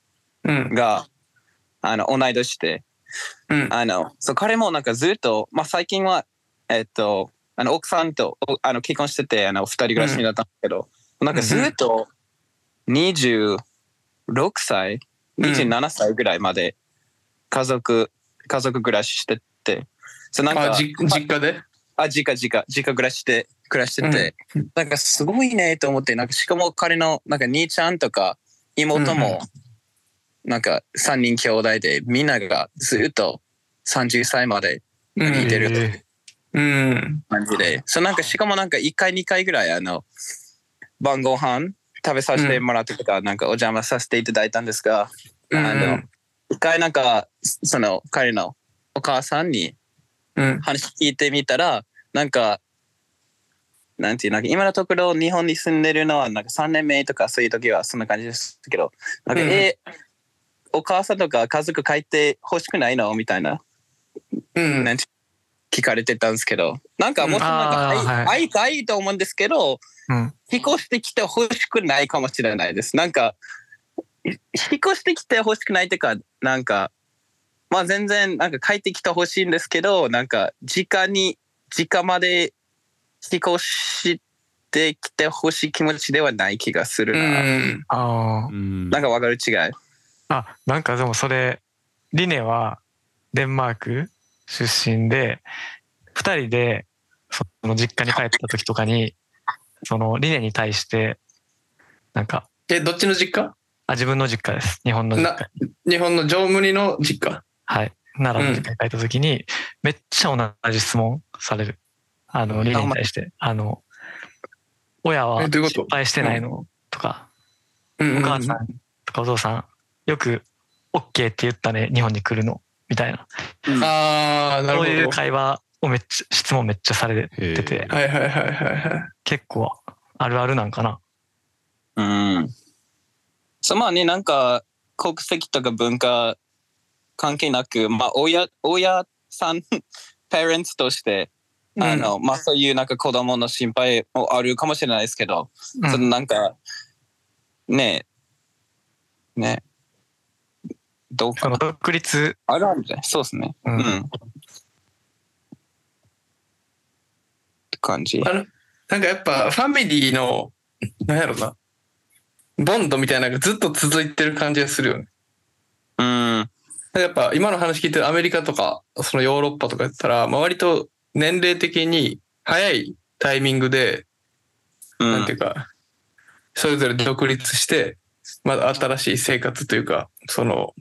A: うん。
C: があの同い年で
A: うん。
C: あのそう彼もなんかずっと、まあ、最近はえっとあの奥さんとおあの結婚しててあの二人暮らしになったんだけど、なんかずっと26歳
A: うん
C: 27歳ぐらいまで家族家族暮らししててそうなんか
A: あ、じ実家で
C: あ実家実家実家暮らして暮らしてて、なんかすごいねと思ってなんかしかも彼のなんか兄ちゃんとか妹もなんか3人兄弟でみんながずっと30歳まで
A: うん
C: 似てる
A: うん。
C: 感じで、そうなんかしかもなんか1回2回ぐらいあの晩ご飯食べさせてもらってとか、なんかお邪魔させていただいたんですが、
A: うん
C: あの一回なんかその彼のお母さんに
A: うん。
C: 話聞いてみたらなんかなんていうなんか今のところ日本に住んでるのはなんか3年目とかそういう時はそんな感じですけどなんか、
A: うん
C: えお母さんとか家族帰ってほしくないのみたいな
A: うん。
C: なんて聞かれてたんですけど、なんかもっとなんか、
D: うんあー
C: あい愛がいいと思うんですけど、
D: うん。
C: 引っ越してきてほしくないかもしれないです。なんか、い引っ越してきてほしくないっていうか、なんか、まあ全然、なんか帰ってきてほしいんですけど、なんか、時間に、時間まで引っ越してきてほしい気持ちではない気がする
A: う
C: な。
A: ん。
D: ああ。
B: うん
C: なんかわかる違い。
D: あ、なんかでもそれ、リネはデンマーク出身で、二人でその実家に帰った時とかに、そのリネに対して、なんか、
A: え、どっちの実家
D: あ、自分の実家です。日本の実
A: な
D: 家。
A: 日本の常務理の実家。
D: はい。奈良の実家に帰った時に、めっちゃ同じ質問される。あの、リネに対して、あの、親は
A: えどういうこと
D: 失敗してないのとか、
A: うんう
D: お
A: ん。
D: 母さんとかお父さん、よく OK って言ったね、日本に来るの、みたいな。
A: ああ、なるほ
D: そう
A: ど。
D: いう会話をめっちゃ、質問めっちゃされ
B: へ
D: てて
B: ー、
A: はいはいはいはいはい。
D: 結構あるあるなんかな。
C: うん。そうまあね、なんか国籍とか文化関係なく、まあ親、親さん、 パレンツとして、あの、まあそういうなんか子供の心配もあるかもしれないですけど、
D: うん
C: そのなんか、ねえ、ねえどう
D: そ
C: か
D: の
C: な。
D: 独立、
C: あるあるじゃないそうですね。
D: う
C: うんん。って感じ。
A: あのなんかやっぱファミリーの、なんやろな、ボンドみたいなのがずっと続いてる感じがするよね。
C: うん。
A: なんかやっぱ今の話聞いてるアメリカとか、そのヨーロッパとかやったら、まあ、割と年齢的に早いタイミングで、
C: う
A: なん
C: ん
A: てい。うか、それぞれ独立して、まあ、新しい生活というか、その、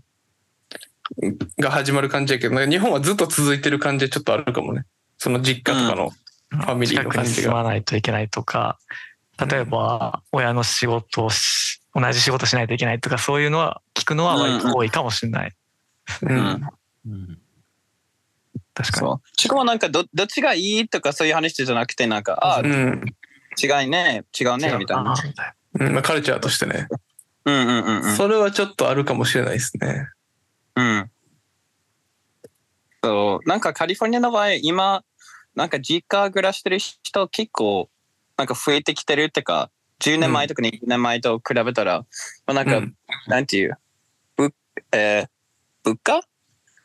A: が始まる感じやけど、なんか日本はずっと続いてる感じちょっとあるかもね。その実家とかの。ァミリー
D: 近
A: の
D: く
A: 感
D: に
A: じが
D: 住まないといけないとか、例えば親の仕事をし、同じ仕事しないといけないとか、そういうのは聞くのは割と多いかもしれない。
A: う。
C: うんん。
B: うん
D: 確かに。
C: そう。しかもなんかど、どっちがいいとかそういう話じゃなくて、なんか、ああ、
A: うん。
C: 違いね、違うね、みたいな。
D: みたいな。
A: うんまあ、カルチャーとしてね。
C: うんうんうんうん。
A: それはちょっとあるかもしれないですね。
C: うん。そう、なんかカリフォルニアの場合、今、なんか実家暮らしてる人結構、なんか増えてきてるってか、10年前とか20年前と比べたら、まあなんか、
A: うん
C: なんていう、ぶえー物価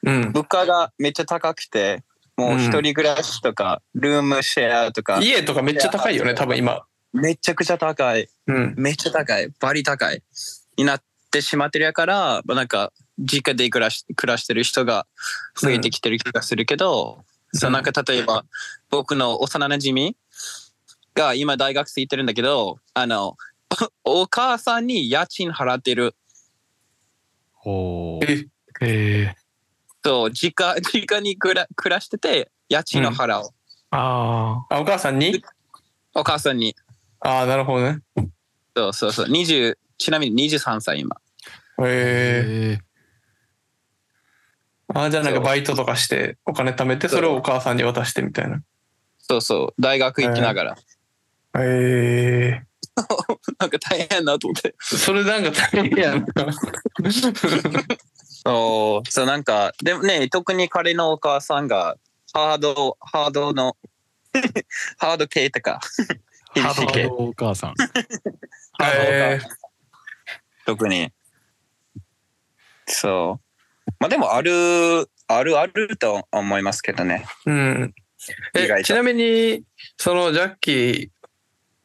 A: うん。
C: 物価がめっちゃ高くて、もう一人暮らしとか、ルームシェアとか、
A: 家とかめっちゃ高いよね、多分今。
C: めちゃくちゃ高い。
A: うん。
C: めっちゃ高い、バリ高いになってしまってるやから、まあ、なんか実家で暮らし暮らしてる人が増えてきてる気がするけど、そうなんか例えば僕の幼なじみが今大学生いてるんだけど、あの、 お母さんに家賃払ってる。
B: ほう
A: え、
D: えー、
C: そう、実家、実家に暮ら暮らしてて、家賃を払う。
D: あ
A: あ、お母さんに
C: お母さんに。
A: ああ、なるほどね。
C: そうそうそう。20、ちなみに23歳今。
A: へえ。
B: へ
A: あーじゃあなんかバイトとかしてお金貯めて、それをお母さんに渡してみたいな。
C: そうそう。大学行きながら。
A: へえ。
C: なんか大変やなと思って。
A: それなんか大変やな。
C: そう、そうなんか、でもね、特に彼のお母さんが、ハード、ハードの、 ハード系と か、
D: ー
C: 厳
D: ハ
C: しい
D: ード
B: ー
C: 系
D: 系。
B: お母 さん
A: へえ。
C: 特に。そう。まあでも、ある、あるあると思いますけどね。
A: うん。
C: 意外
A: え、
C: と
A: ちなみに、そのジャッキー、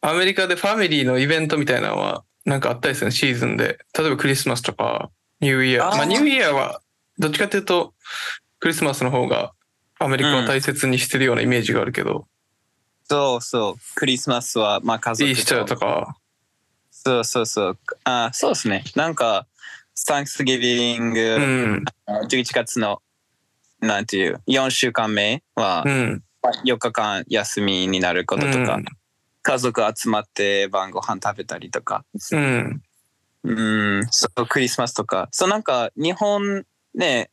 A: アメリカでファミリーのイベントみたいなのは、なんかあったりするのシーズンで。例えばクリスマスとか、ニューイヤー。
C: あー
A: まあ、ニューイヤーは、どっちかというと、クリスマスの方が、アメリカは大切にしてるようなイメージがあるけど、
C: そうそう。クリスマスは、まあ家
A: イ
C: 族
A: ースターとか、
C: そうそうそう。あそうですね。なんか、サンクスギビング、
A: うん、
C: 11月の、なんていう、4週間目は
A: う、ん、
C: 4日間休みになることとか、
A: うん
C: 家族集まって晩ご飯食べたりとか、
A: うん、
C: うん、そうクリスマスとか、そうなんか日本ね、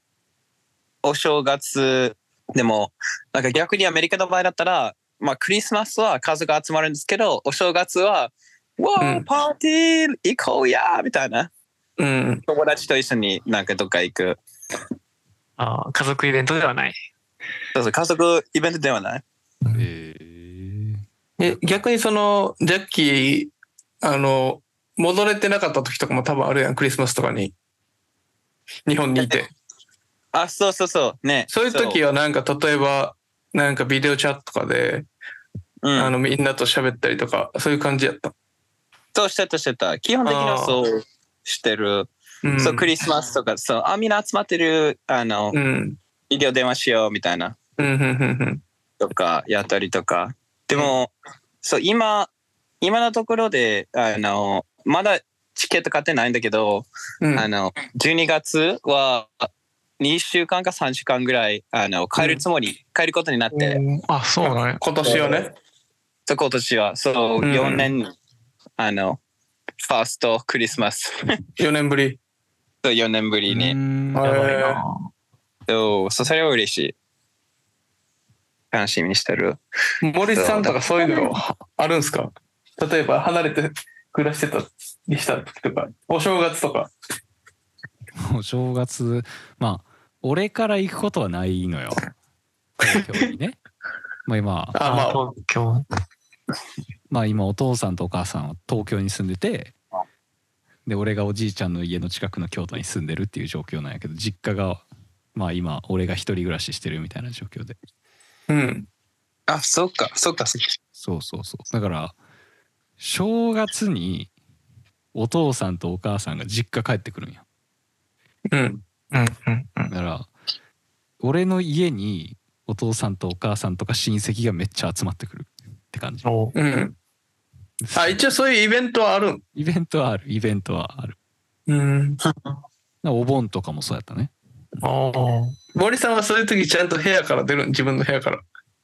C: お正月でも、なんか逆にアメリカの場合だったら、まあクリスマスは家族集まるんですけど、お正月は、わ
A: う
C: ー
A: ん
C: パーティー行こうやーみたいな。
A: うん。
C: 友達と一緒になんかどっか行く。
D: あー家族イベントではない。
C: そうそう、家族イベントではない。
B: えー
A: え、逆にその、ジャッキー、あの、戻れてなかった時とかも多分あるやん、クリスマスとかに。日本にいて。
C: あ、そうそうそう。ね。
A: そういう時はなんか、例えば、なんかビデオチャットとかで、
C: そう、うん
A: あの、みんなと喋ったりとか、そういう感じやった。
C: そうしてたしてた。基本的にはそうしてる。
A: うん。
C: そう、クリスマスとか、そう、あ、みんな集まってる、あの、
A: うん。
C: ビデオ電話しようみたいな、
A: うん、うん、うん、
C: とか、やったりとか。でも、そう、今、今のところで、あの、まだチケット買ってないんだけど、
A: うん。うん
C: あの、12月は、2週間か3週間ぐらい、あの、帰るつもり、帰ることになって、
D: あ、そうだね。
A: 今年はね。
C: そう今年は、そう、
A: うん
C: 4年、あの、ファーストクリスマス、
A: 4年ぶり。
C: そう4年ぶ
D: う
C: りに。
D: ん
A: あ
D: や
A: れ
D: ばいな。
C: そう、そうそれは嬉しい。楽しみにしてる。
A: 森さんとかそういうのはあるんすか例えば、離れて暮らしてたりした時とか、お正月とか。
B: お正月まあ俺から行くことはないのよ東京に ねまあ今
A: あ、まあ、
D: 東京。
B: まあ今お父さんとお母さんは東京に住んでてで俺がおじいちゃんの家の近くの京都に住んでるっていう状況なんやけど実家がまあ今俺が一人暮らししてるみたいな状況で
A: うん。
C: あ、そっか、そっか、そっ
B: そうそうそうだから正月にお父さんとお母さんが実家帰ってくるんや
A: うん。
D: うんうんうん。
B: だから俺の家にお父さんとお母さんとか親戚がめっちゃ集まってくるって感じ
D: お
A: うん。あ、一応そういうイベントはあるん。
B: イベントはあるイベントはある
A: うん。
B: だからお盆とかもそうやったね
D: お
A: 森さんはそういう時ちゃんと部屋から出るん自分の部屋から。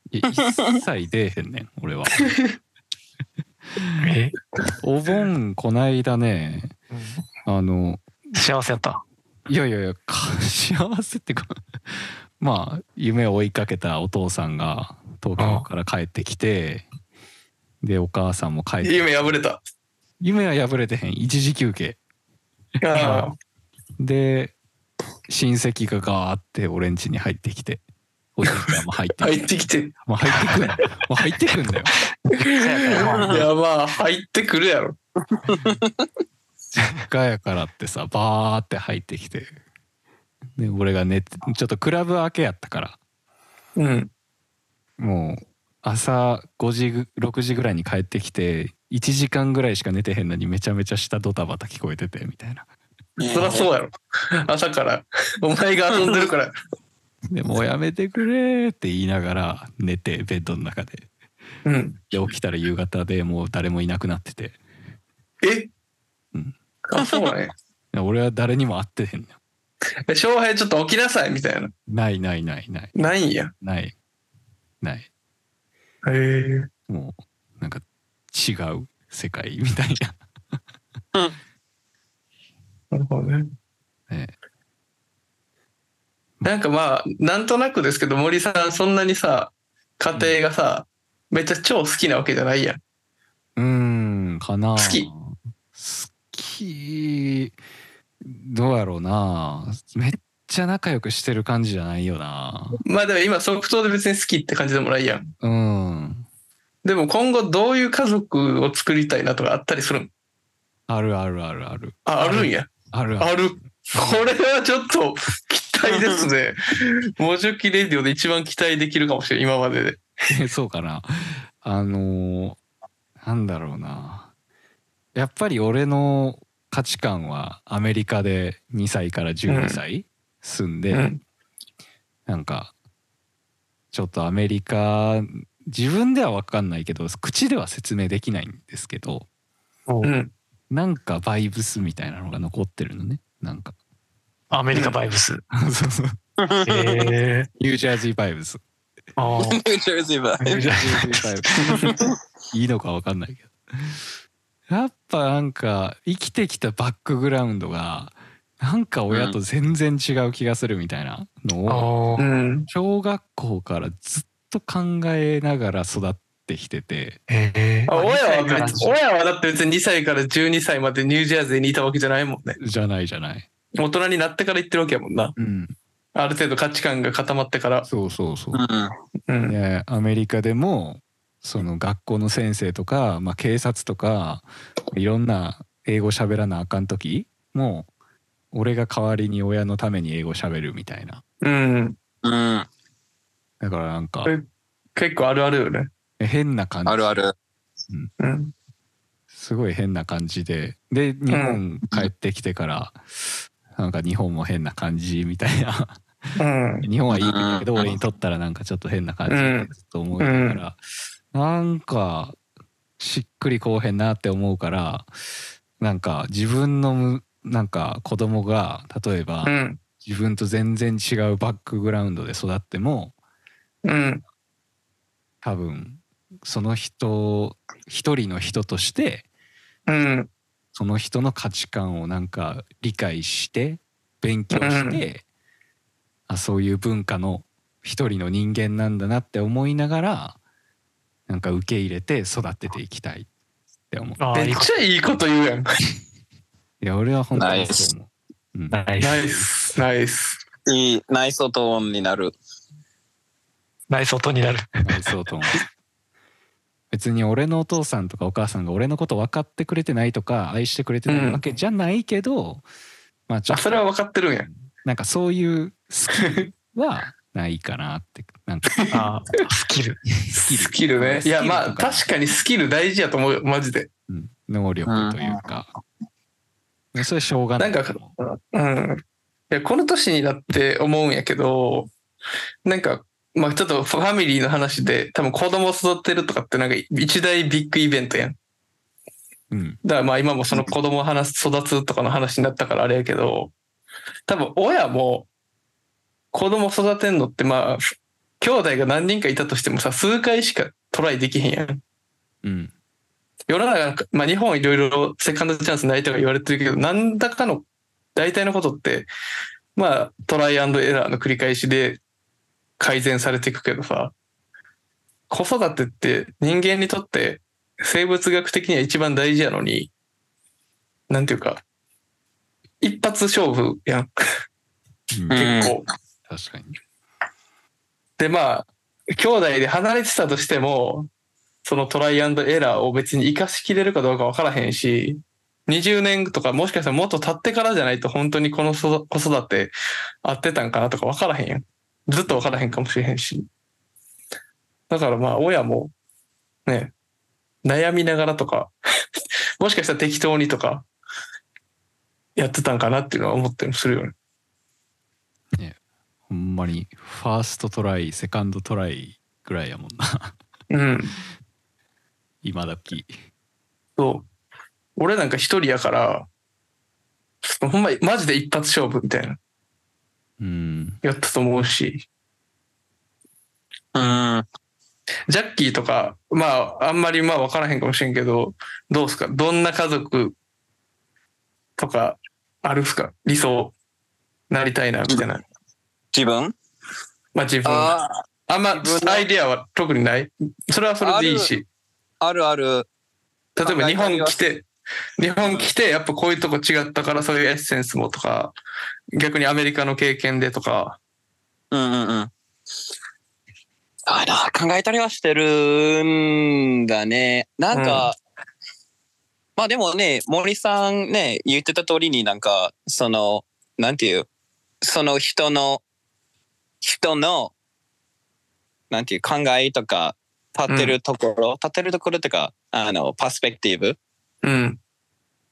B: い や一切出えへんねん俺は
D: え
B: お盆こないだねあの
D: 幸せやった。
B: いやいやいやか幸せってか まあ夢を追いかけたお父さんが東京から帰ってきてでお母さんも帰って
A: 夢破れた。
B: 夢は破れてへん一時休憩
A: あ
B: で親戚がガーって俺ん家に入ってきておじいちゃんも入って
A: あ、
B: き
A: 入っててきて。
B: もう入ってくんもう入ってくんだよ
A: いや、まあ、入ってくるやろ。
B: ガヤからってさバーって入ってきてで俺が寝てちょっとクラブ明けやったから
A: うん。
B: もう朝5時ぐ6時ぐらいに帰ってきて1時間ぐらいしか寝てへんのにめちゃめちゃ下ドタバタ聞こえててみたいな
A: そりゃそうやろ。朝から、お前が遊んでるから。
B: でもうやめてくれって言いながら寝てベッドの中で
A: うん。
B: で起きたら夕方でもう誰もいなくなってて
A: え
B: うん
A: あ、そうね。
B: で俺は誰にも会ってへんのよ
A: え翔平ちょっと起きなさい、みたいな。
B: ないないないない
A: ないんや。
B: ないない
A: へえ。
B: もうなんか違う世界みたいな
A: なるほどね。
B: え
A: なんかまあ、なんとなくですけど、森さん、そんなにさ、家庭がさ、めっちゃ超好きなわけじゃないやん。
B: うーんかな
A: 好き
B: 好きどうやろうなめっちゃ仲良くしてる感じじゃないよな
A: まあでも今、即答で別に好きって感じでもないやん。
B: うん
A: でも今後どういう家族を作りたいなとかあったりするん
B: あるあるあるある
A: あ、あるんや。
B: あるある
A: ある。これはちょっと期待ですね。モジョキレディオで一番期待できるかもしれん、今までで。
B: そうかなあのーなんだろうなやっぱり俺の価値観はアメリカで2歳から12歳住んで、
A: うん。
B: なんかちょっとアメリカ自分では分かんないけど口では説明できないんですけど
D: お
A: うん。
B: なんかバイブスみたいなのが残ってるのねなんか
D: アメリカバイブス。
B: そうそう
D: ええ。
B: ニュージャージーバイブス
D: あー
C: ニュージャージーバ
B: ニュージャージーバイブスいいのか分かんないけどやっぱなんか生きてきたバックグラウンドがなんか親と全然違う気がするみたいなのを、
D: あ
A: う
D: ー。
A: ん。
B: 小学校からずっと考えながら育ってきてて。
D: ええ。
A: あ親は
D: まあ
A: 別に、親はだって別に2歳から12歳までニュージャージーにいたわけじゃないもんね。
B: じゃないじゃない。
A: 大人になってから行ってるわけやもんな。
B: うん、
A: ある程度価値観が固まってから。
B: そうそうそう
C: う。ん。
A: うん。
B: でアメリカでもその学校の先生とか、まあ、警察とかいろんな英語喋らなあかん時もう俺が代わりに親のために英語喋るみたいな
A: うん。
C: うん。
B: だからなんか
A: え結構あるあるよね。
B: 変な感じ
C: あるある。
A: うん。
B: すごい変な感じでで日本帰ってきてから、なんか日本も変な感じみたいな
A: うん。
B: 日本はいいけど
C: うん
B: 俺にとったらなんかちょっと変な感じだなと思いながら、なんかしっくりこうへんなって思うからなんか自分のむなんか子供が例えば
A: うん。
B: 自分と全然違うバックグラウンドで育っても
A: うん。
B: 多分その人一人の人として
A: うん。
B: その人の価値観をなんか理解して勉強して、あそういう文化の一人の人間なんだなって思いながらなんか受け入れて育てていきたいって思う。
D: ああ、
A: め
D: いい
A: っ
D: こ
A: ちゃいいこと言うやん。
B: いや俺は本当にそう思う。うん
D: と、ない
A: ナイス。 ナイス。
C: いい、内装と音になる。
D: ない外になる。
B: はいそうと思う。 別に俺のお父さんとかお母さんが俺のこと分かってくれてないとか愛してくれてないわけじゃないけど、まあちょ
A: あ、
B: っ
A: そ
B: と
A: れは分かってるんや。
B: なんかそういうスキルはないかなってなんか
D: あ あ、スキル。
B: スキル
A: スキルね。いや、まあ、確
B: に、
A: かにスキル大事やと思うよ、マジで。
B: うん能力というか、それはしょうがない
A: なんかうん。いや、この年になって思うんやけど、なんか、まあちょっとファミリーの話で、多分子供を育てるとかってなんか一大ビッグイベントやん。
B: うん
A: だからまあ今もその子供を話す、育つとかの話になったからあれやけど、多分親も子供育てんのってまあ、ふ兄弟が何人かいたとしてもさ、数回しかトライできへんやん。
B: うん
A: 世の中、まあ日本いろいろセカンドチャンスないとか言われてるけど、何らかの大体のことって、まあトライアンドエラーの繰り返しで改善されていくけどさ、子育てって人間にとって生物学的には一番大事やのに、なんていうか、一発勝負やん、
B: うん
C: うん
A: 結構。
B: 確かに
A: でまあ兄弟で離れてたとしてもそのトライアンドエラーを別に生かしきれるかどうか分からへんし20年とかもしかしたらもっと経ってからじゃないと本当にこのそ子育て合ってたんかなとか分からへんやんずっと分からへんかもしれへんしだからまあ親もね悩みながらとか もしかしたら適当にとかやってたんかなっていうのは思ったりもするよね
B: ほんまにファーストトライセカンドトライぐらいやもんな
A: う ん
B: 今時
A: そう。俺なんか一人やから、ほんま、マジで一発勝負みたいな、
B: うん
A: やったと思うし、
C: うん。
A: ジャッキーとか、まあ、あんまりまあ分からへんかもしれんけど、どうすかどんな家族とか、あるっすか理想、なりたいな、みたいな。
C: 自分
A: まあ自分。あ
C: ああ、
A: んま
C: 自分、の
A: アイディアは特にないそれはそれでいいし。
C: あるある。
A: 例えば日本来て、日
C: うん
A: 本来て、やっぱこういうとこ違ったから、そういうエッセンスもとか、逆にアメリカの経験でとか、
C: うんうんうん。あら、考えたりはしてるんだね。なんか、まあでもね、森さんね、言ってた通りになんか、その、なんていう、その人の、人の、なんていう、考えとか、立ってるところ、立ってるところとか、あの、パースペクティブ
A: うん、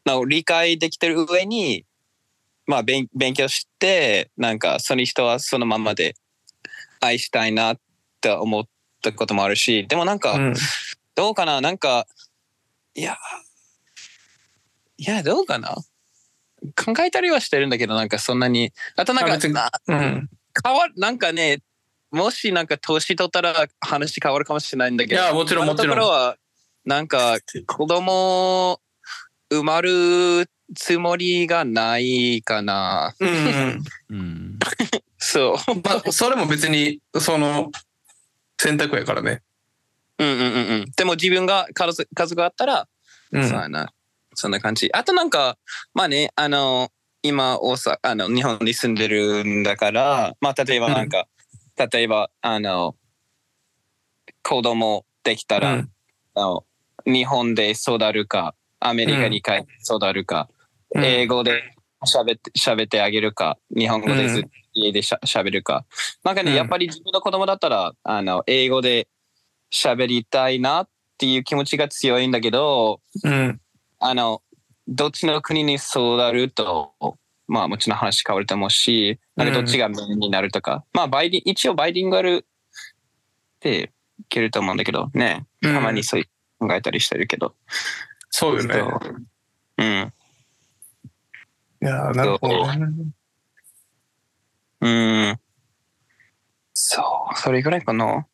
C: の理解できてる上に、まあ、勉勉強してなんかその人はそのままで愛したいなって思ったこともあるしでもなん
A: う
C: か
A: ん。
C: どうかな、なんかいやいやどうかな考えたりはしてるんだけどなんかそんなにあとなん
A: あ
C: か
A: 別に
C: な
A: うん。
C: 変わるなんかねもしなんか年取ったら話変わるかもしれないんだ
A: い
C: けど
A: や、もちろん、もち
C: 今のと
A: ろ
C: ころ
A: ん。
C: はなんか子供埋まるつもりがないかな。
A: うんうん、
B: うん
C: そ
A: まあ、それも別に、その、選択やからね。
C: う。うんうんうんうん。でも自分が家族家族があったら、
A: うん。
C: そうやな。そんな感じ。あとなんか、まあね、あの、今大阪あの日本に住んでるんだから、まあ、例えばなんか、例えばあの子供できた
A: う
C: ら、
A: ん
C: あの日本で育るかアメリカに帰って育るか、
A: うん
C: 英語で喋って喋ってあげるか日本語でずっと家でしゃ喋るかなんかね、
A: うん
C: やっぱり自分の子供だったらあの英語で喋りたいなっていう気持ちが強いんだけど
A: うん。
C: あの、どっちの国に育ると、まあもちろん話変わると思うし、なんか
A: うん
C: どっちがメインになるとか、まあバイリン一応バイリンガルっていけると思うんだけどね、
A: うん
C: たまにそういう考えたりしてるけど。
A: そうよね。
C: そううん。
A: いやー、なるほどね。
C: うん。そう、それぐらい かな。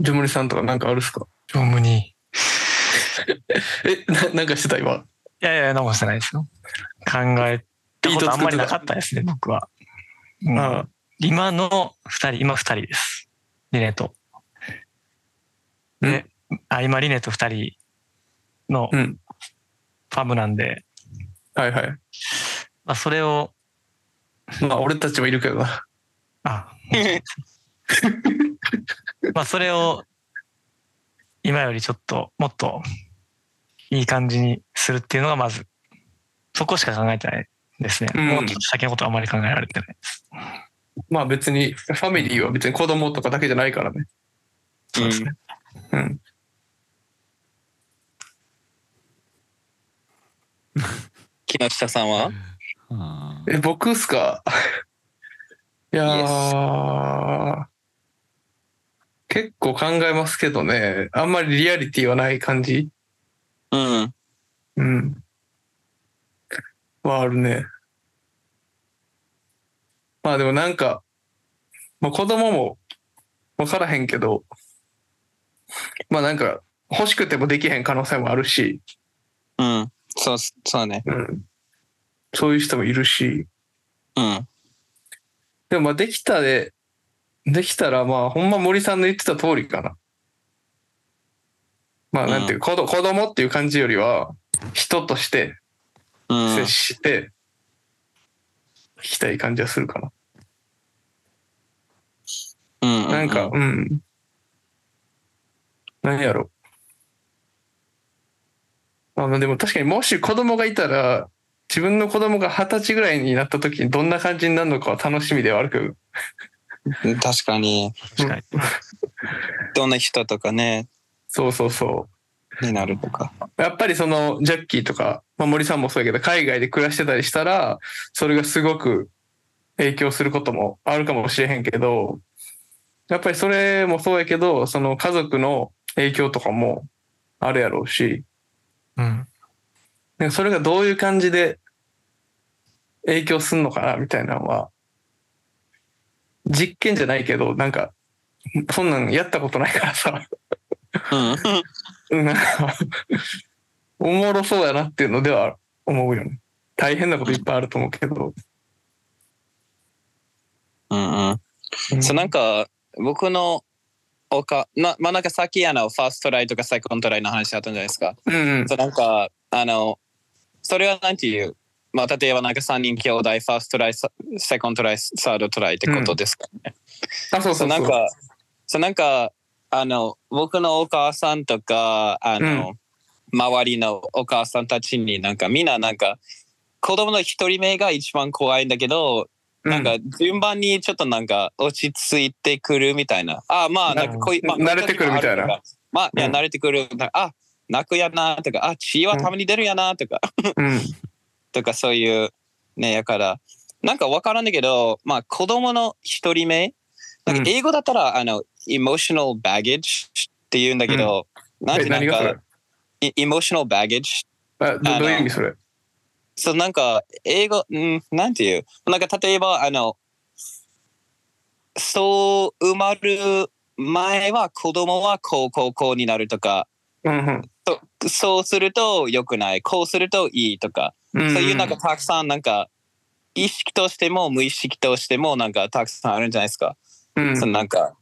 A: ジョムリさんとかなんかあるっすか
D: 業務に。
A: え、ななんかしてた今。
D: いやいや、何もしてないですよ。考えたことあんまりなかったですね、僕は。うん
A: ああ
D: 今の二人、今二人です。リネと。で、あ今リネと二人の
A: うん。
D: ファムなんで、
A: はいはい。
D: まあ、それを、
A: まあ、俺たちもいるけどな。
D: あ、まあそれを今よりちょっともっといい感じにするっていうのがまずそこしか考えてないですね。
A: うん
D: もうちょっと先のことはあまり考えられてない。
A: まあ別に、ファミリーは別に子供とかだけじゃないからね。
D: そうですね。
A: うん。
C: 木下さんは
B: あ
A: え、僕っすかいやー、結構考えますけどね、あんまりリアリティはない感じ
C: うん。
A: うん。はあるね。まあでもなんか、まあ子供も分からへんけど、まあなんか欲しくてもできへん可能性もあるし、
C: うん。そう、そうね。
A: うん。そういう人もいるし、
C: うん。
A: でもまあできたで、できたらまあほんま森さんの言ってた通りかな。まあなんていう、子ど子供っていう感じよりは人として
C: うん
A: 接していきたい感じはするかな。
C: うん。
A: なんか、うん。何やろう。まあでも確かにもし子供がいたら自分の子供が二十歳ぐらいになった時にどんな感じになるのかは楽しみではあるけど、
C: うん。確かに、
D: 確かに。
C: どんな人とかね、
A: そうそうそう。
C: になるとか。
A: やっぱりそのジャッキーとか、まあ、森さんもそうやけど海外で暮らしてたりしたらそれがすごく影響することもあるかもしれへんけどやっぱりそれもそうやけどその家族の影響とかもあるやろうし
D: うん。
A: なんかそれがどういう感じで影響すんのかなみたいなのは実験じゃないけどなんかそんなんやったことないからさ
C: うん。
A: なん かおもろそうやなっていうのでは思うよね。大変なこといっぱいあると思うけど。
C: うんうん。そうなんか僕のおかなまあなんかさっきあのファーストトライとかセカンドトライの話あったんじゃないですか。
A: うんうん
C: そうなんかあのそれはなんていうまあ例えばなんか三人兄弟ファーストトライさセカンドトライサードトライってことですかね。
A: あ、そうそ
C: そ
A: うそう
C: うなんかそうなんかあの僕のお母さんとかあの、周りのお母さんたちになんかみんななんか子供の一人目が一番怖いんだけどなんか順番にちょっとなんか落ち着いてくるみたいな。あまあなんかこういう、まあ、
A: な慣れてくるみたいな。
C: まあいや
A: うん
C: 慣れてくる。なんかあ泣くやなとかあ血はたまに出るやなとか、
A: うん、うん。
C: とかそういうねやからなんかわからんだけどまあ子供の一人目なんか英語だったら、あの emotional baggage って言うんだけど、なん
A: え
C: てな
A: 何
C: ん
A: がそれ
C: か emotional baggage
A: あど
C: あの
A: どういう意味それ
C: そうなんか英語うんなんていうなんか例えばあのそう埋まる前は子供はこうこうこうになるとか
A: うん
C: とそうすると良くないこうするといいとか、
A: うん。
C: そういうなんかたくさんなんか意識としても無意識としてもなんかたくさんあるんじゃないですか。
A: うん、うん
C: そのなんか、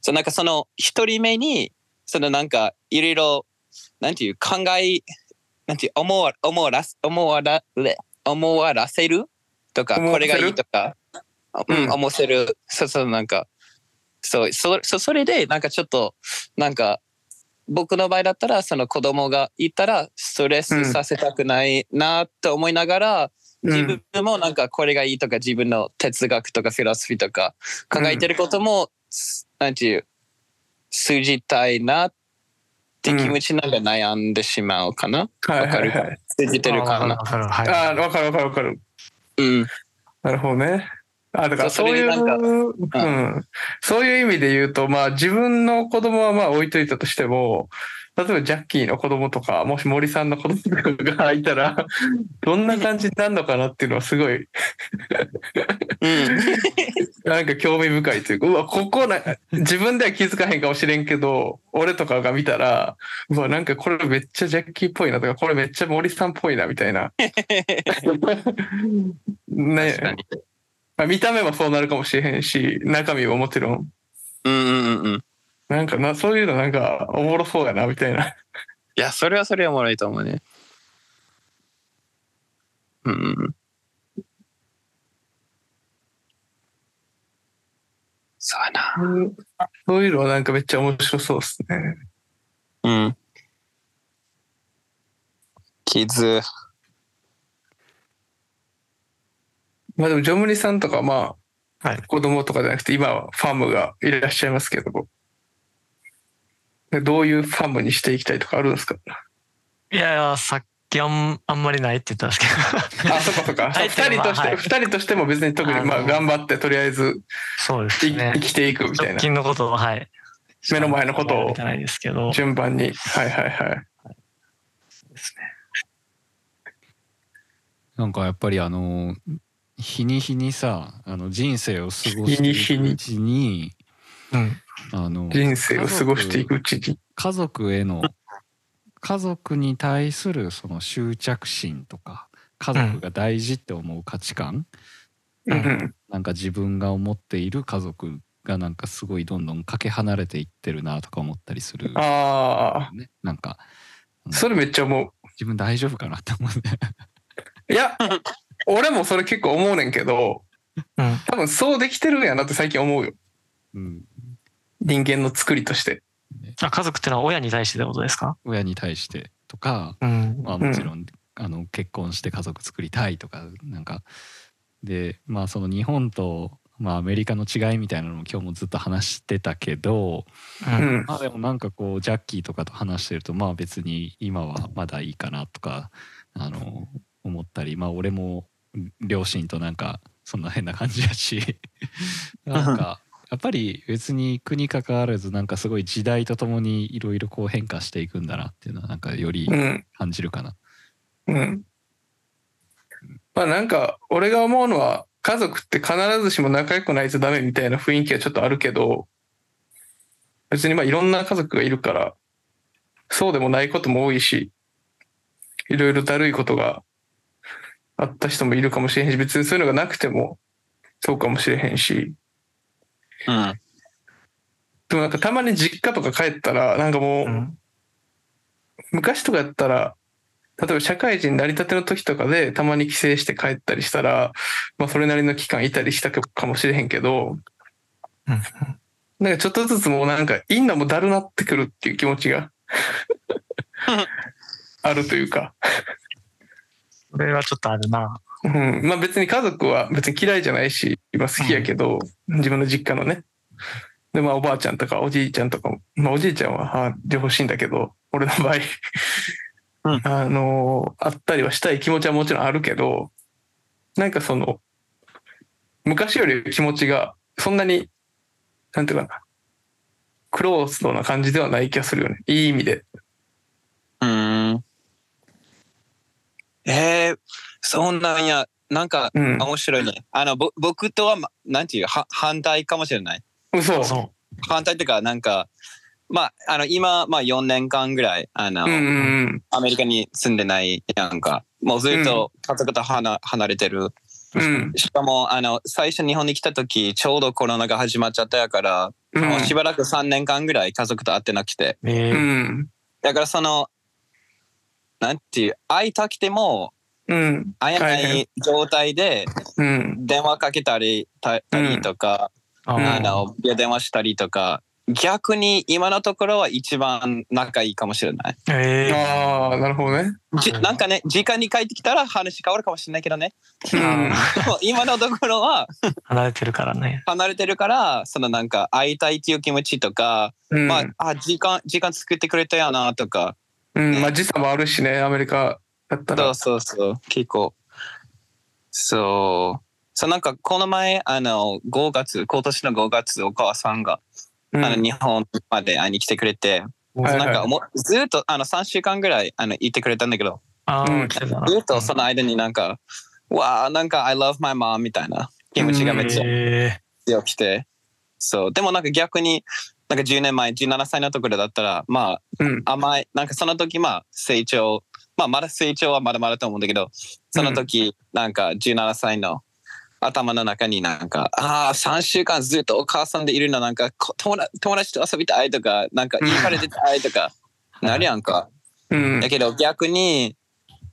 C: そのなんかその一人目に、そのなんかいろいろ、なんていう考えなんていう思わ思わらす思わられ思わらせるとか
A: 思わ
C: こ
A: せ
C: れ
A: る
C: がいいとか、う
A: うん
C: ん、思わせるそうそうなんかそうそそそれでなんかちょっとなんか僕の場合だったらその子供がいたらストレスさせたくないなと思いながら、
A: う
C: 自
A: ん。
C: 分もなんかこれがいいとか自分の哲学とかフィロソフィーとか考えてることも、なんていう数字たいなって気持ちなんか悩んでしまうかな、
A: はいはい
C: わか
A: はい。
C: 通じてるか
D: わ
C: な。
D: かるわかるはい。
A: ああ、わかるわかるわかる。
C: うん、
A: なるほどね。あだから
C: そ
A: そうういう
C: それで
A: う
C: か
A: ん、そういう意味で言うと、まあ自分の子供はまあ置いといたとしても、例えばジャッキーの子供とか、もし森さんの子供とかがいたら、どんな感じになるのかなっていうのはすごい、
C: うん、
A: なんか興味深いというか、うわ、ここな、自分では気づかへんかもしれんけど、俺とかが見たら、うわ、なんかこれめっちゃジャッキーっぽいなとか、これめっちゃ森さんっぽいなみたい な。ね
C: 確かに。
A: まあ見た目もそうなるかもしれへんし、中身ももちろん。
C: うんうんうんうん。
A: なんかな、そういうのなんかおもろそうやな、みたいな。
C: いや、それはそれはおもろいと思うね。うんうんうん。そうやな。
A: そういうのはなんかめっちゃ面白そうですね。
C: うん。傷。
A: まあでも、ジョムリさんとかまあ、
D: はい
A: 子供とかじゃなくて、今はファームがいらっしゃいますけど、でどういうファームにしていきたいとかあるん ですか
D: いやいや、さっきあんあんまりないって言ったんです けど。
A: あ、そっかそっか。そう
D: 相手
A: 二
D: は
A: 人とし
D: は
A: て、
D: い
A: 二人としても別に特にま
D: あ
A: あ
D: の
A: 頑張ってとりあえず
D: そうで
A: い
D: すね
A: 生。きていくみたい
D: 直
A: な。
D: 近のことを、はい。
A: 目の前のことを
D: じゃないですけど。
A: 順番に。はいはいはい。
D: です
B: なんかやっぱりあの日に日にさあの人生を過ごして
A: 日
B: い
A: に日に
B: くうちに
D: ね。うん。
B: あの
A: 人生を過ごしていくうちに。
B: 家族への家族に対するその執着心とか家族が大事って思う価値観、
A: う
D: うん
A: ん。
B: なんか自分が思っている家族がなんかすごいどんどんかけ離れていってるなとか思ったりする、
A: あ
B: ね、なんか
A: あ、それめっちゃ思う。
B: 自分大丈夫かなって思うね。
A: い や、俺もそれ結構思うねんけど、
D: うん。
A: 多分そうできてるんやなって最近思うよ。
B: うん、
A: 人間の作りとして。
D: あ家族ってのは親に対してってことですか
B: 親に対してとか
D: うん。
B: まあ、もちろん、あの結婚して家族作りたいとかなんかでまあその日本と、まあ、アメリカの違いみたいなのも今日もずっと話してたけど、
D: う。
A: うんん。
B: まあ、でもなんかこうジャッキーとかと話してるとまあ別に今はまだいいかなとかあの思ったりまあ俺も両親となんかそんな変な感じやし なんか。やっぱり別に国関わらずなんかすごい時代とともにいろいろこう変化していくんだなっていうのはなんかより
A: うん。
B: 感じるかな。
A: うん。まあなんか、俺が思うのは、家族って必ずしも仲良くないとダメみたいな雰囲気はちょっとあるけど、別にまあいろんな家族がいるから、そうでもないことも多いし、いろいろだるいことがあった人もいるかもしれへんし、別にそういうのがなくてもそうかもしれへんし、
C: うん。
A: でもなんかたまに実家とか帰ったら、なんかも
D: う。
A: うん昔とかやったら、例えば社会人成り立ての時とかでたまに帰省して帰ったりしたら、まあそれなりの期間いたりしたかもしれへんけど、
D: うん
A: なんかちょっとずつもうなんかいいのもだるなってくるっていう気持ちがあるというか、
D: それはちょっとあるな。
A: うん、まあ別に家族は別に嫌いじゃないし、今好きやけど、自分の実家のね。で、まあおばあちゃんとかおじいちゃんとかも、まあおじいちゃんはあ両方死んだけど、俺の場合、
C: うん
A: あのー、あったりはしたい気持ちはもちろんあるけど、なんかその、昔より気持ちがそんなに、なんていうかな、クローズドな感じではない気がするよね。いい意味で。
C: うん。えー、そんなんや、なんか
A: うん。
C: 面白いね。あの、ぼ僕とは、まなんていう、は反対かもしれない。
A: 嘘。
D: そ
C: 反対っていうか、なんか、まあ、あの、今、まあ4年間ぐらい、あの、
A: うんうん
C: アメリカに住んでないやんか。もうずっと家族と離離れてる。
A: うん。うん。
C: しかも、あの、最初日本に来た時、ちょうどコロナが始まっちゃったやから、
A: うん
C: もうしばらく3年間ぐらい家族と会ってなくて。
D: う。え
A: う
D: ー
A: ん。
C: だからその、なんていう、会いたくても
A: うん。
C: 会えな
A: 大変
C: い状態で
A: うん。
C: 電話かけたり、たたりとか、
B: あ
A: うん
C: あ
B: ー
C: の、ビデオ電話したりとか、逆に今のところは一番仲いいかもしれない。
D: ええ
A: ああ、なるほどね。
C: じなんかね、時間に帰ってきたら話変わるかもしれないけ どね。
A: うん。
C: でも今のところは
D: 離れてるからね。
C: 離れてるから、そのなんか会いたいっていう気持ちとか、
A: うん
C: まあ、あ、時間、時間作ってくれたやなとか、
A: うん、まあ時差もあるしね、アメリカだった
C: そ
A: ら
C: う。そうそう、結構。そう。そうなんかこの前、あの、5月、今年の5月、お母さんが、
A: うん
C: あの、日本まで会いに来てくれて、
A: はい
C: なんかもうずっとあの3週間ぐらいあのいてくれたんだけど、
D: あ
A: う
D: あ、
A: ん
D: 来てたな
C: ずっとその間になんか、わあ、なんか I love my mom みたいな気持ちがめっちゃ
D: え
C: 強くて、そう、でもなんか逆に、なんか10年前、17歳のところだったら、ま
A: うん。
C: あ甘い、なんかその時まあ成長、まあまだ成長はまだまだと思うんだけど、その時なんか17歳の頭の中になんか、ああ、3週間ずっとお母さんでいるのなんかこ友達友達と遊びたいとか、なんか家から出たいとか、なるやんか。
A: うん
C: だ。けど逆に、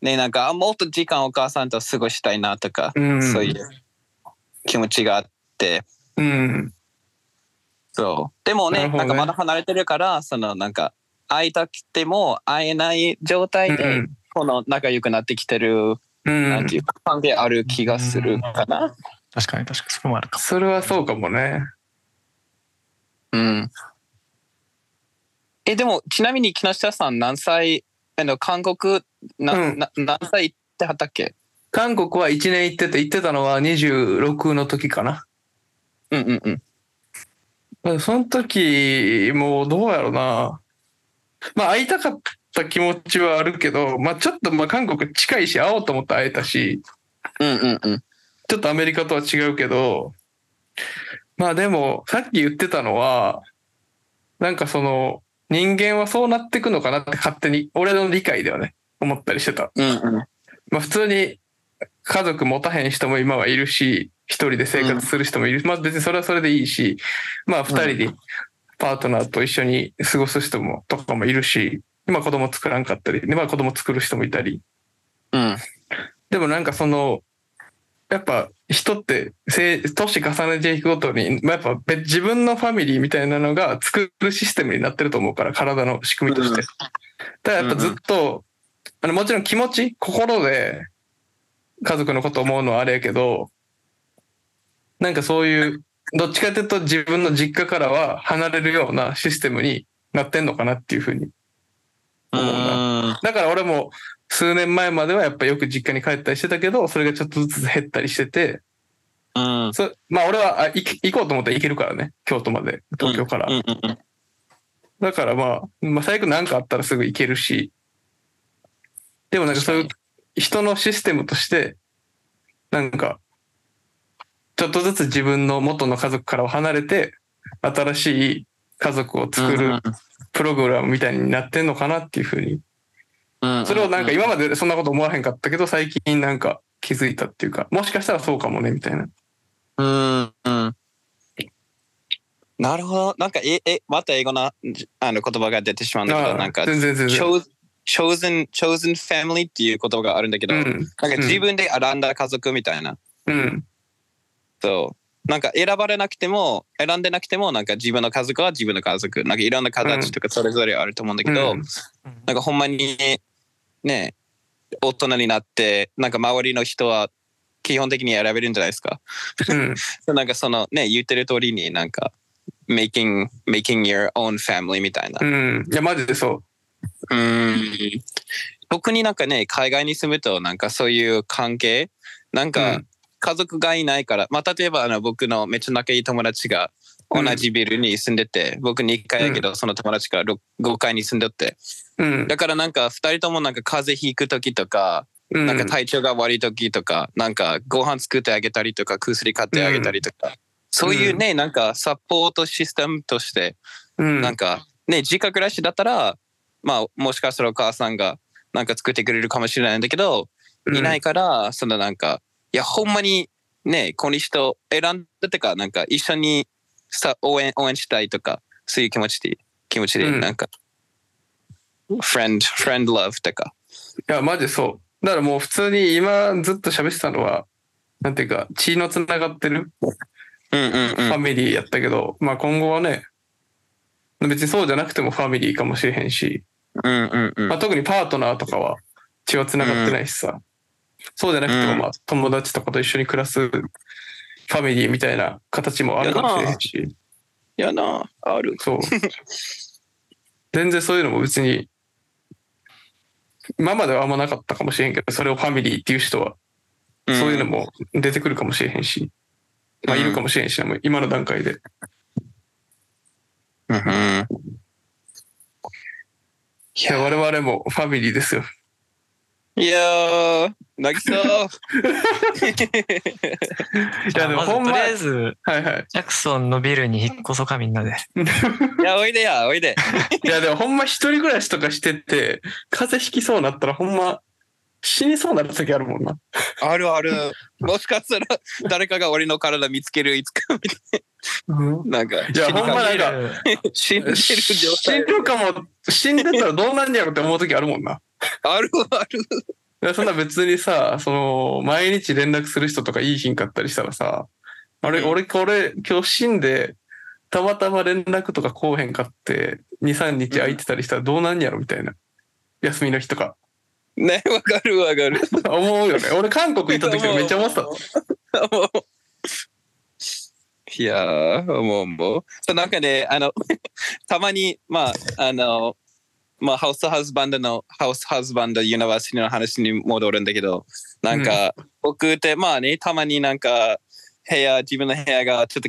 C: ね、なんかあもっと時間お母さんと過ごしたいなとか、
A: うん。
C: そういう気持ちがあって、
A: うん。
C: そう。でも
A: な
C: ね、
A: るほど
C: な
A: ね
C: んかまだ離れてるから、そのなんか会いたくても会えない状態
A: う
C: で
A: ん、
C: この仲良くなってきて
A: う
C: る、
A: ん
C: なんていうか、関係ある気がするかな。
D: ー確かに確かに、そこもあるか。
A: それはそうかもね。
C: うん。え、でもちなみに木下さん何歳、あの、韓国、な、
A: うん
C: な何歳ってはったっけ
A: 韓国は1年行ってて、行ってたのは26の時かな。
C: うんうんうん。
A: だからその時、もうどうやろうな。まあ会いたかった気持ちはあるけど、まあちょっとまあ韓国近いし、会おうと思って会えたし、
C: うんうんうん。
A: ちょっとアメリカとは違うけど、まあでも、さっき言ってたのは、なんかその、人間はそうなってくのかなって勝手に、俺の理解ではね、思ったりしてた。
C: うんうん。
A: まあ普通に家族持たへん人も今はいるし、一人で生活する人もいる。まあ別にそれはそれでいいし、まあ二人でパートナーと一緒に過ごす人も、とかもいるし、今子供作らんかったり、でまあ子供作る人もいたり。
C: うん。
A: でもなんかその、やっぱ人ってせい年重ねていくごとに、まあ、やっぱ別自分のファミリーみたいなのが作るシステムになってると思うから、体の仕組みとして。ただやっぱずっと、あのもちろん気持ち、心で家族のこと思うのはあれやけど、なんかそういう、どっちかというと自分の実家からは離れるようなシステムになってんのかなっていうふうに
C: うん
A: だから俺も数年前まではやっぱよく実家に帰ったりしてたけど、それがちょっとずつ減ったりしてて、
C: うん。
A: そまあ俺はあ行け行こうと思ったら行けるからね、京都まで、東京から。
C: うんうんうん
A: だからまあ、まあ、最悪何かあったらすぐ行けるし、でもなんかそういう人のシステムとして、なんか、ちょっとずつ自分の元の家族からは離れて、新しい家族を作るプログラムみたいになってんのかなっていうふうに
C: うん。
A: それをなんか今までそんなこと思わへんかったけど最近なんか気づいたっていうかもしかしたらそうかもねみたいな。
C: うんうん。なるほど。なんか、え、え、また英語な、あの、言葉が出てしまうんだけ
A: あ
C: ど、
A: あ
C: なんか、
A: 全然全然。
C: chosen, chosen chosen family っていう言葉があるんだけど、
A: う
C: なん
A: ん
C: か自分で選んだ家族みたいな。
A: うん
C: そう。なんか選ばれなくても、選んでなくても、なんか自分の家族は自分の家族。なんかいろんな形とかそれぞれあると思うんだけど、
A: うん
D: うん
C: なんかほんまにね、大人になって、なんか周りの人は基本的に選べるんじゃないですか。
A: うん
C: なんかそのね、言ってる通りになんか、making, making your own family みたいな。
A: うんいやマジでそう
C: うん。特になんかね、海外に住むとなんかそういう関係、なん
A: う
C: か
A: ん
C: 家族がいないから、まあ例えばあの僕のめっちゃ仲いい友達が同じビルに住んでて、僕2階やけど、その友達がろ5階に住んでって。
A: うん
C: だからなんか2人ともなんか風邪ひく時とか、
A: うん
C: なんか体調が悪い時とか、なんかご飯作ってあげたりとか、薬買ってあげたりとか、そういうね、なんかサポートシステムとして、
A: うん
C: なんかね、実家暮らしだったら、まあもしかしたらお母さんがなんか作ってくれるかもしれないんだけど、いないから、そのなんか、いや、ほんまにね、この人選んだってか、なんか一緒にさ応援、応援したいとか、そういう気持ちで、気持ちで、
A: うん
C: なんか、friend, friend love とか、
A: や、マジそう。だからもう普通に今ずっと喋ってたのは、なんていうか、血のつながってる
C: うんうん
A: フ
C: う
A: ァ
C: ん。
A: ミリーやったけど、まあ今後はね、別にそうじゃなくてもファミリーかもしれへんし、
C: うんうんうん
A: まあ、特にパートナーとかは血は繋がってないしさ、そうじゃなくてもまあ友達とかと一緒に暮らすファミリーみたいな形もあるかもしれへんし、
C: やな、ある。
A: そう。全然そういうのも別に、今まではあんまなかったかもしれんけど、それをファミリーっていう人は、そういうの
C: も。
A: も出てくるかもしれへんし、まあいるかもしれへんしな、もう今の段階で。
C: うんうん。
A: いや、我々もファミリーですよ。
C: いやー、泣きそう。
A: いや、でも
D: まず
A: ほんま、
D: とりあ
A: は
D: えず、
A: いはい。
D: ジャクソンのビルに引っ越そうかみんな
C: い
D: で。
C: や、おいでや、おいで。
A: いや、でもほんま一人暮らしとかしてて、風邪ひきそうになったらほんま、死にそうになる時あるもんな。
C: あるある。もしかしたら、誰かが俺の体見つけるいつかみたいな。なんか、
A: いや、ほんまなん
D: ビ
A: か、
D: ル
C: 死んでる状
A: 死
C: 態
A: ん。るかも、死んでたらどうなんやろって思う時あるもんな。
C: あるある。
A: いやそんな別にさ、その、毎日連絡する人とかいい品買ったりしたらさ、あれ、
C: うん
A: 俺、これ、今日死んで、たまたま連絡とかこうへんかって、2、3日空いてたりしたらどうなんやろみたいな。休みの日とか。
C: ね、わかるわかる。
A: 思うよね。俺、韓国行った時とかめっちゃ思って た。
C: もういやー、もうもう。その中で、あの、 たまに、まあ、あの、まあ、ハウスハウスバンドの、ハウスハウスバンドユニバーシティの話に戻るんだけど、なんか、僕って、まあね、たまになんか、部屋、自分の部屋がちょっと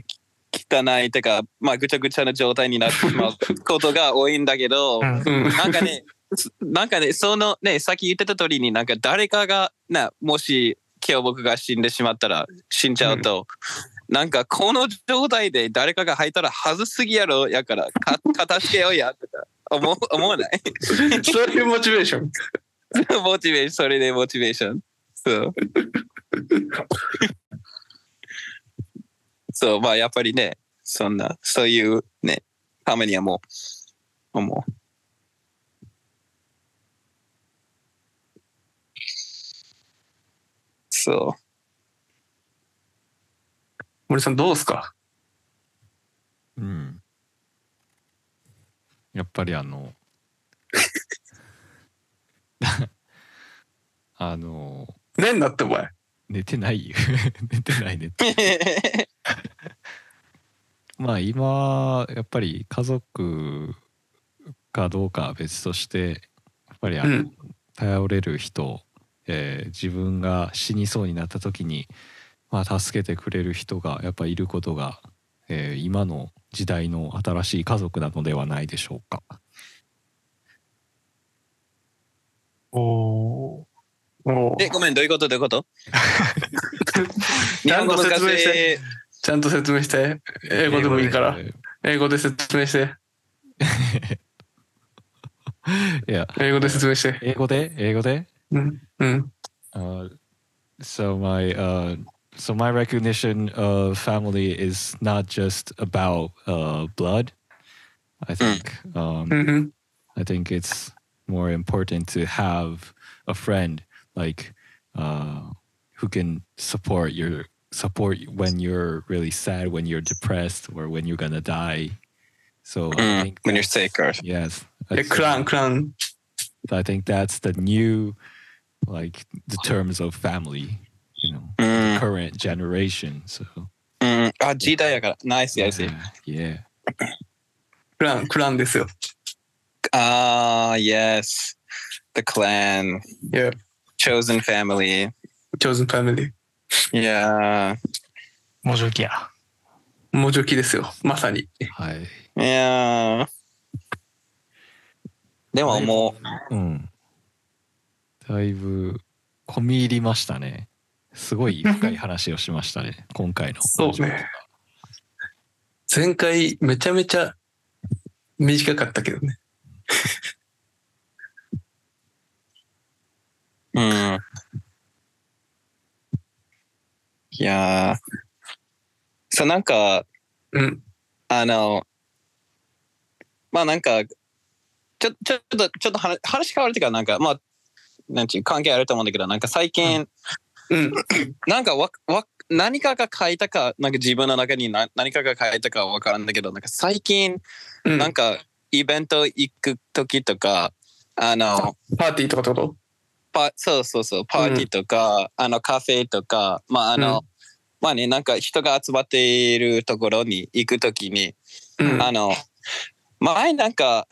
C: 汚いとか、まあ、ぐちゃぐちゃな状態になってしまうことが多いんだけ ど、
D: うん
A: うん。
C: なんかね、すなんかね、そのね、さっき言ってた通りに、なんか誰かが、な、もし今日僕が死んでしまったら、死んじゃうと、なんかこの状態で誰かが入ったら、はずすぎやろ、やから、か片付けようや、とか、思う、思わない
A: そういうモチベーション。
C: モチベーション、それでモチベーション。そう。 そう、まあやっぱりね、そんな、そういうね、ためにはもう、思う。そ
A: 森さんどうすか
B: うん、やっぱりあ のあの
A: ねんなってお前。
B: 寝てないよ 寝てない 寝て
C: う。
B: まあ今やっぱり家族かどうかは別としてやっぱりあの、
A: うん
B: 頼れる人、えー自分が死にそうになった時に、まあ、助けてくれる人がやっぱいることが、えー今の時代の新しい家族なのではないでしょうか。
A: おお
C: え、ごめん、どういうことどういうこと
A: ちゃんと説明して
C: 日
A: ちゃんと説明して。英語でもいいから
B: 英。語で
A: 英語で説明して。
B: いや
A: 英語で説明して。
B: 英語で英語で
A: うん。うん。
B: Uh, so my uh, so my recognition of family is not just about uh, blood.
C: Hmm.
B: I think um,
A: うんうん。
B: I think it's more important to have a friend like uh, who can support your support you when you're really sad, when you're depressed, or when you're gonna die. So I think
C: Hmm. when you're
B: that's-
C: sick or-
B: yes,
A: え、
B: that's-
A: クラン、クラン。
B: I think that's the new like the terms of family. You know.
C: うん、
B: current generation. So
C: うん、あ、時代やから。ナイス、ナイス。
B: yeah.
A: クラン、クランですよ。
C: Ah, yes. The clan,
A: いや、
C: chosen family.
A: チョーズンファミリー。
C: Yeah.
D: もうじきや。
A: もじょきですよ。まさに。
B: はい。
C: Yeah. でもも
B: うん。だいぶ込み入りましたね。すごい深い話をしましたね。今回の。
A: そうね。前回、めちゃめちゃ短かったけどね。
C: う、うん。いやー。そう、なんか、
A: うん。
C: あの、まあなんか、ちょちょっと、ちょっと話話変わるっていうか、なんか、まあ、なんていう関係あると思うんだけど、なんか最近、
A: うん。
C: なんかわわ何かが変えたか、なんか自分の中にな何かが変えたかは分からんだけど、なんか最近、
A: うん。
C: なんかイベント行く時とか、あの、
A: パーティーとかってこと
C: パそうそうそう、パーティーとか、あのカフェとか、まああ
A: う
C: の、まあね、なんか人が集まっているところに行くときに、
A: うん。
C: あの、前なんか、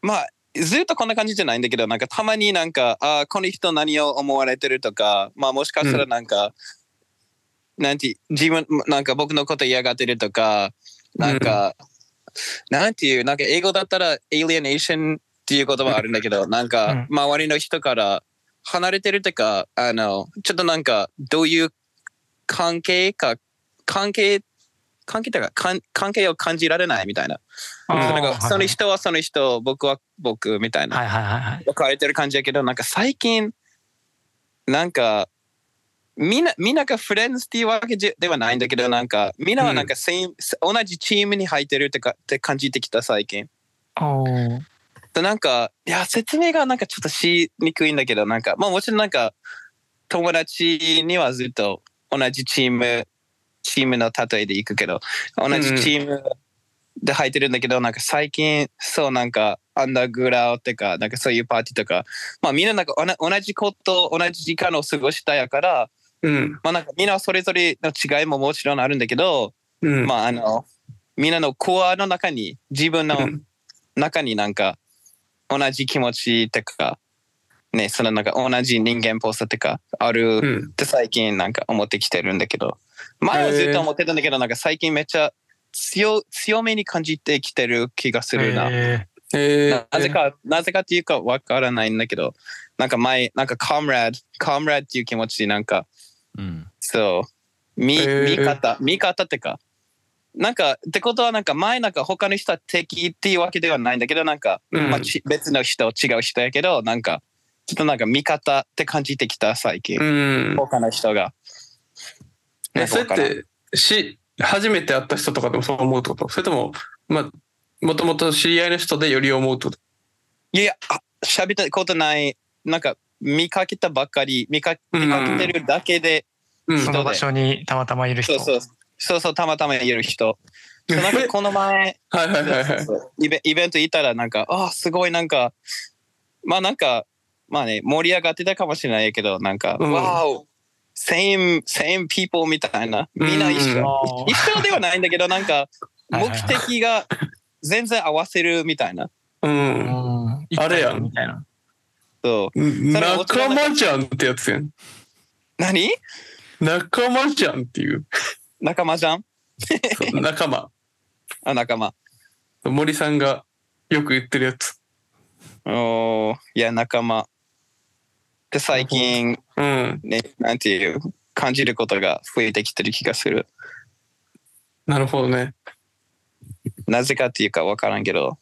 C: まあ、ずっとこんな感じじゃないんだけど、なんかたまになんか、ああ、この人何を思われてるとか、まあもしかしたらなんか、なんて、自分、なんか僕のこと嫌がってるとか、なんか、なんていう、なんか英語だったら、エイリエネーションっていう言葉あるんだけど、なんか、周りの人から離れてるとか、あの、ちょっとなんか、どういう関係か、関係関係というかかん関係を感じられないみたいな。
D: あー
C: なん
D: はい
C: かその人はその人、僕は僕みたいな。
D: はいはいはいはい。
C: 分かれてる感じやけど、なんか最近、なんか、みんな、みんながフレンズっていうわけじゃではないんだけど、なんか、みんなはなんか、セイム同じチームに入ってるってかって感じてきた最近。
D: おー
C: でなんか、いや、説明がなんかちょっとしにくいんだけど、なんか、まあもちろんなんか、友達にはずっと同じチーム、チームの例えで行くけど、同じチームで入ってるんだけど、なんか最近、そうなんか、アンダーグラウってか、なんかそういうパーティーとか、まあみんななんかおな同じこと、同じ時間を過ごしたやから、
A: うん。
C: まあなんかみんなそれぞれの違いももちろんあるんだけど、
A: うん。
C: まああの、みんなのコアの中に、自分の、
A: うん
C: 中になんか同じ気持ちとかねそのなんか同じ人間っぽさとかあ
A: う
C: る
A: ん。
C: って最近なんか思ってきてるんだけど前はずっと思ってたんだけどなんか最近めっちゃ強強めに感じてきてる気がするな。
D: え
A: えー
C: ななぜ。か、なぜかっていうかわからないんだけど、なんか前、なんかカムラド、カムラドっていう気持ち、なんか、
B: うん
C: そう、見、
A: へー
C: 見方、見方ってか、なんか、ってことはなんか前なんか他の人は敵っていうわけではないんだけど、なんか、
A: うん
C: まあ、ち別の人違う人やけどなんかちょっとなんか味方って感じてきた最近、
A: うん。
C: 他の人が。な
A: え
C: ん
A: そ
C: か
A: れっ
C: わからん
A: てし初めて会った人とかでもそう思うってことそれともまあもともと知り合いの人でより思うってこと
C: いやいやあ喋ったことないなんか見かけたばっかり見か
A: うん
C: 見かけてるだけで、
A: うん
D: ー、その場所にたまたまいる人。
C: そうそうそうそうたまたまいる人。そうなんかこの前
A: はいはい
C: そ
A: はい
C: う
A: は
C: そう
A: い
C: そうイベイベント行ったらなんかあーすごいなんかまあなんかまあね盛り上がってたかもしれないけどなんか、
A: うん
C: わお same same people みたいなみんな一
A: う
C: 緒、
A: ん
D: あー
C: 一緒ではないんだけどなんか
D: はい
C: 目
D: はい
C: 的が全然合わせるみたいな
A: うん
D: うん
A: あれやん
D: みたいな。
C: そ
A: うん
C: それは大人だ
A: 仲間じゃんってやつやん
C: う何
A: 仲間じゃんって いう
C: 仲間じゃん
A: そう仲間
C: あ仲間
A: 森さんがよく言ってるやつ
C: おーいや仲間で最近
A: うん
C: ねなんていう感じることが増えてきてる気がする
A: なるほどね
C: なぜかっていうか分からんけど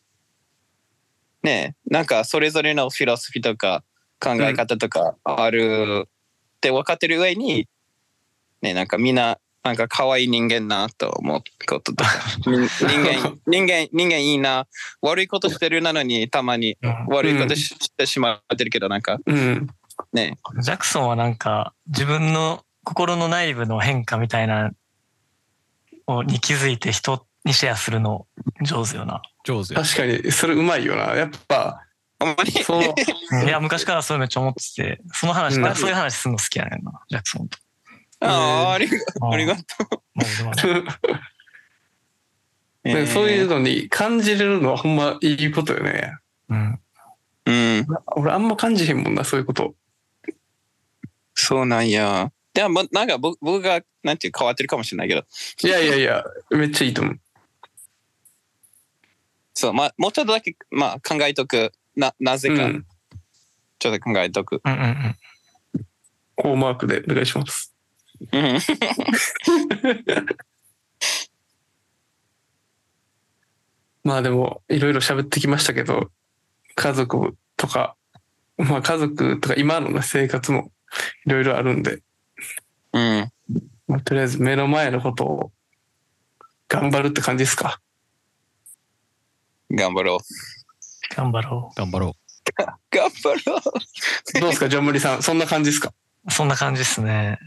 C: ねえなんかそれぞれのフィロソフィーとか考え方とかあるって分かってる上にねえなんかみんななんか可愛い人間なと思うこととか 人人間人間人間いいな悪いことしてるなのにたまに
D: うん
C: 悪いことし,、てしまってるけどなんか
A: うん
C: ね
D: ジャクソンはなんか自分の心の内部の変化みたいなをに気づいて人にシェアするの上手よな。
B: 上手や
A: 確かにそれうまいよなやっぱ
C: あんまり
A: その
D: いや昔からそういうめっちゃ思っててその話、
A: うん
D: なんかそういう話するの好きやねんなジャクソンと。
C: あーありありが
D: と
C: と
D: う。
C: う、
A: ねそういうのに感じれるのはほんまいいことよね
D: うん、
C: うん
A: 俺あんま感じへんもんなそういうこと
C: そうなんやでもなんか僕僕がなんていう変わってるかもしれないけど
A: いやいやいやめっちゃいいと思う
C: そう、まあ、もうちょっとだけ、まあ、考えとく。な、なぜ
A: う
C: か、
A: ん
C: ちょっと考えとく。
D: うんうんうん。
A: こうマークでお願いします。
C: うん。
A: まあでも、いろいろ喋ってきましたけど、家族とか、まあ家族とか今のね生活もいろいろあるんで、
C: うん。
A: まあ、とりあえず目の前のことを頑張るって感じですか。
C: 頑張ろう。
D: 頑張ろ
B: 頑張ろ
C: 頑張ろう。
A: どうですか、ジョンムリさん。そんな感じですか
D: そんな感じですね。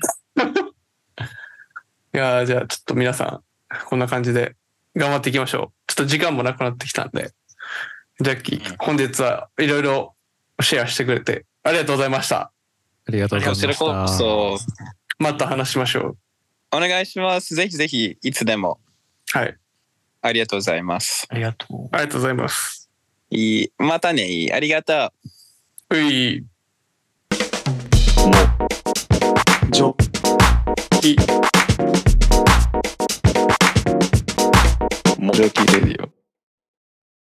A: いやーじゃあちょっと皆さん、こんな感じで頑張っていきましょう。ちょっと時間もなくなってきたんで。ジャッキー、本日はいろいろシェアしてくれてありがとうございました。
B: ありがとうござい
C: こ
B: まし
C: ち
B: た。
C: らこそ、
A: また話しましょ
C: お願いします。ぜひぜひ、いつでも
A: う。はい。
C: ありがとうございます。
D: ありがとう。
A: ありがとうございます。
C: いい。またね、いい。ありがとう。
A: うい。
B: ジョ
A: き
B: キレディオ。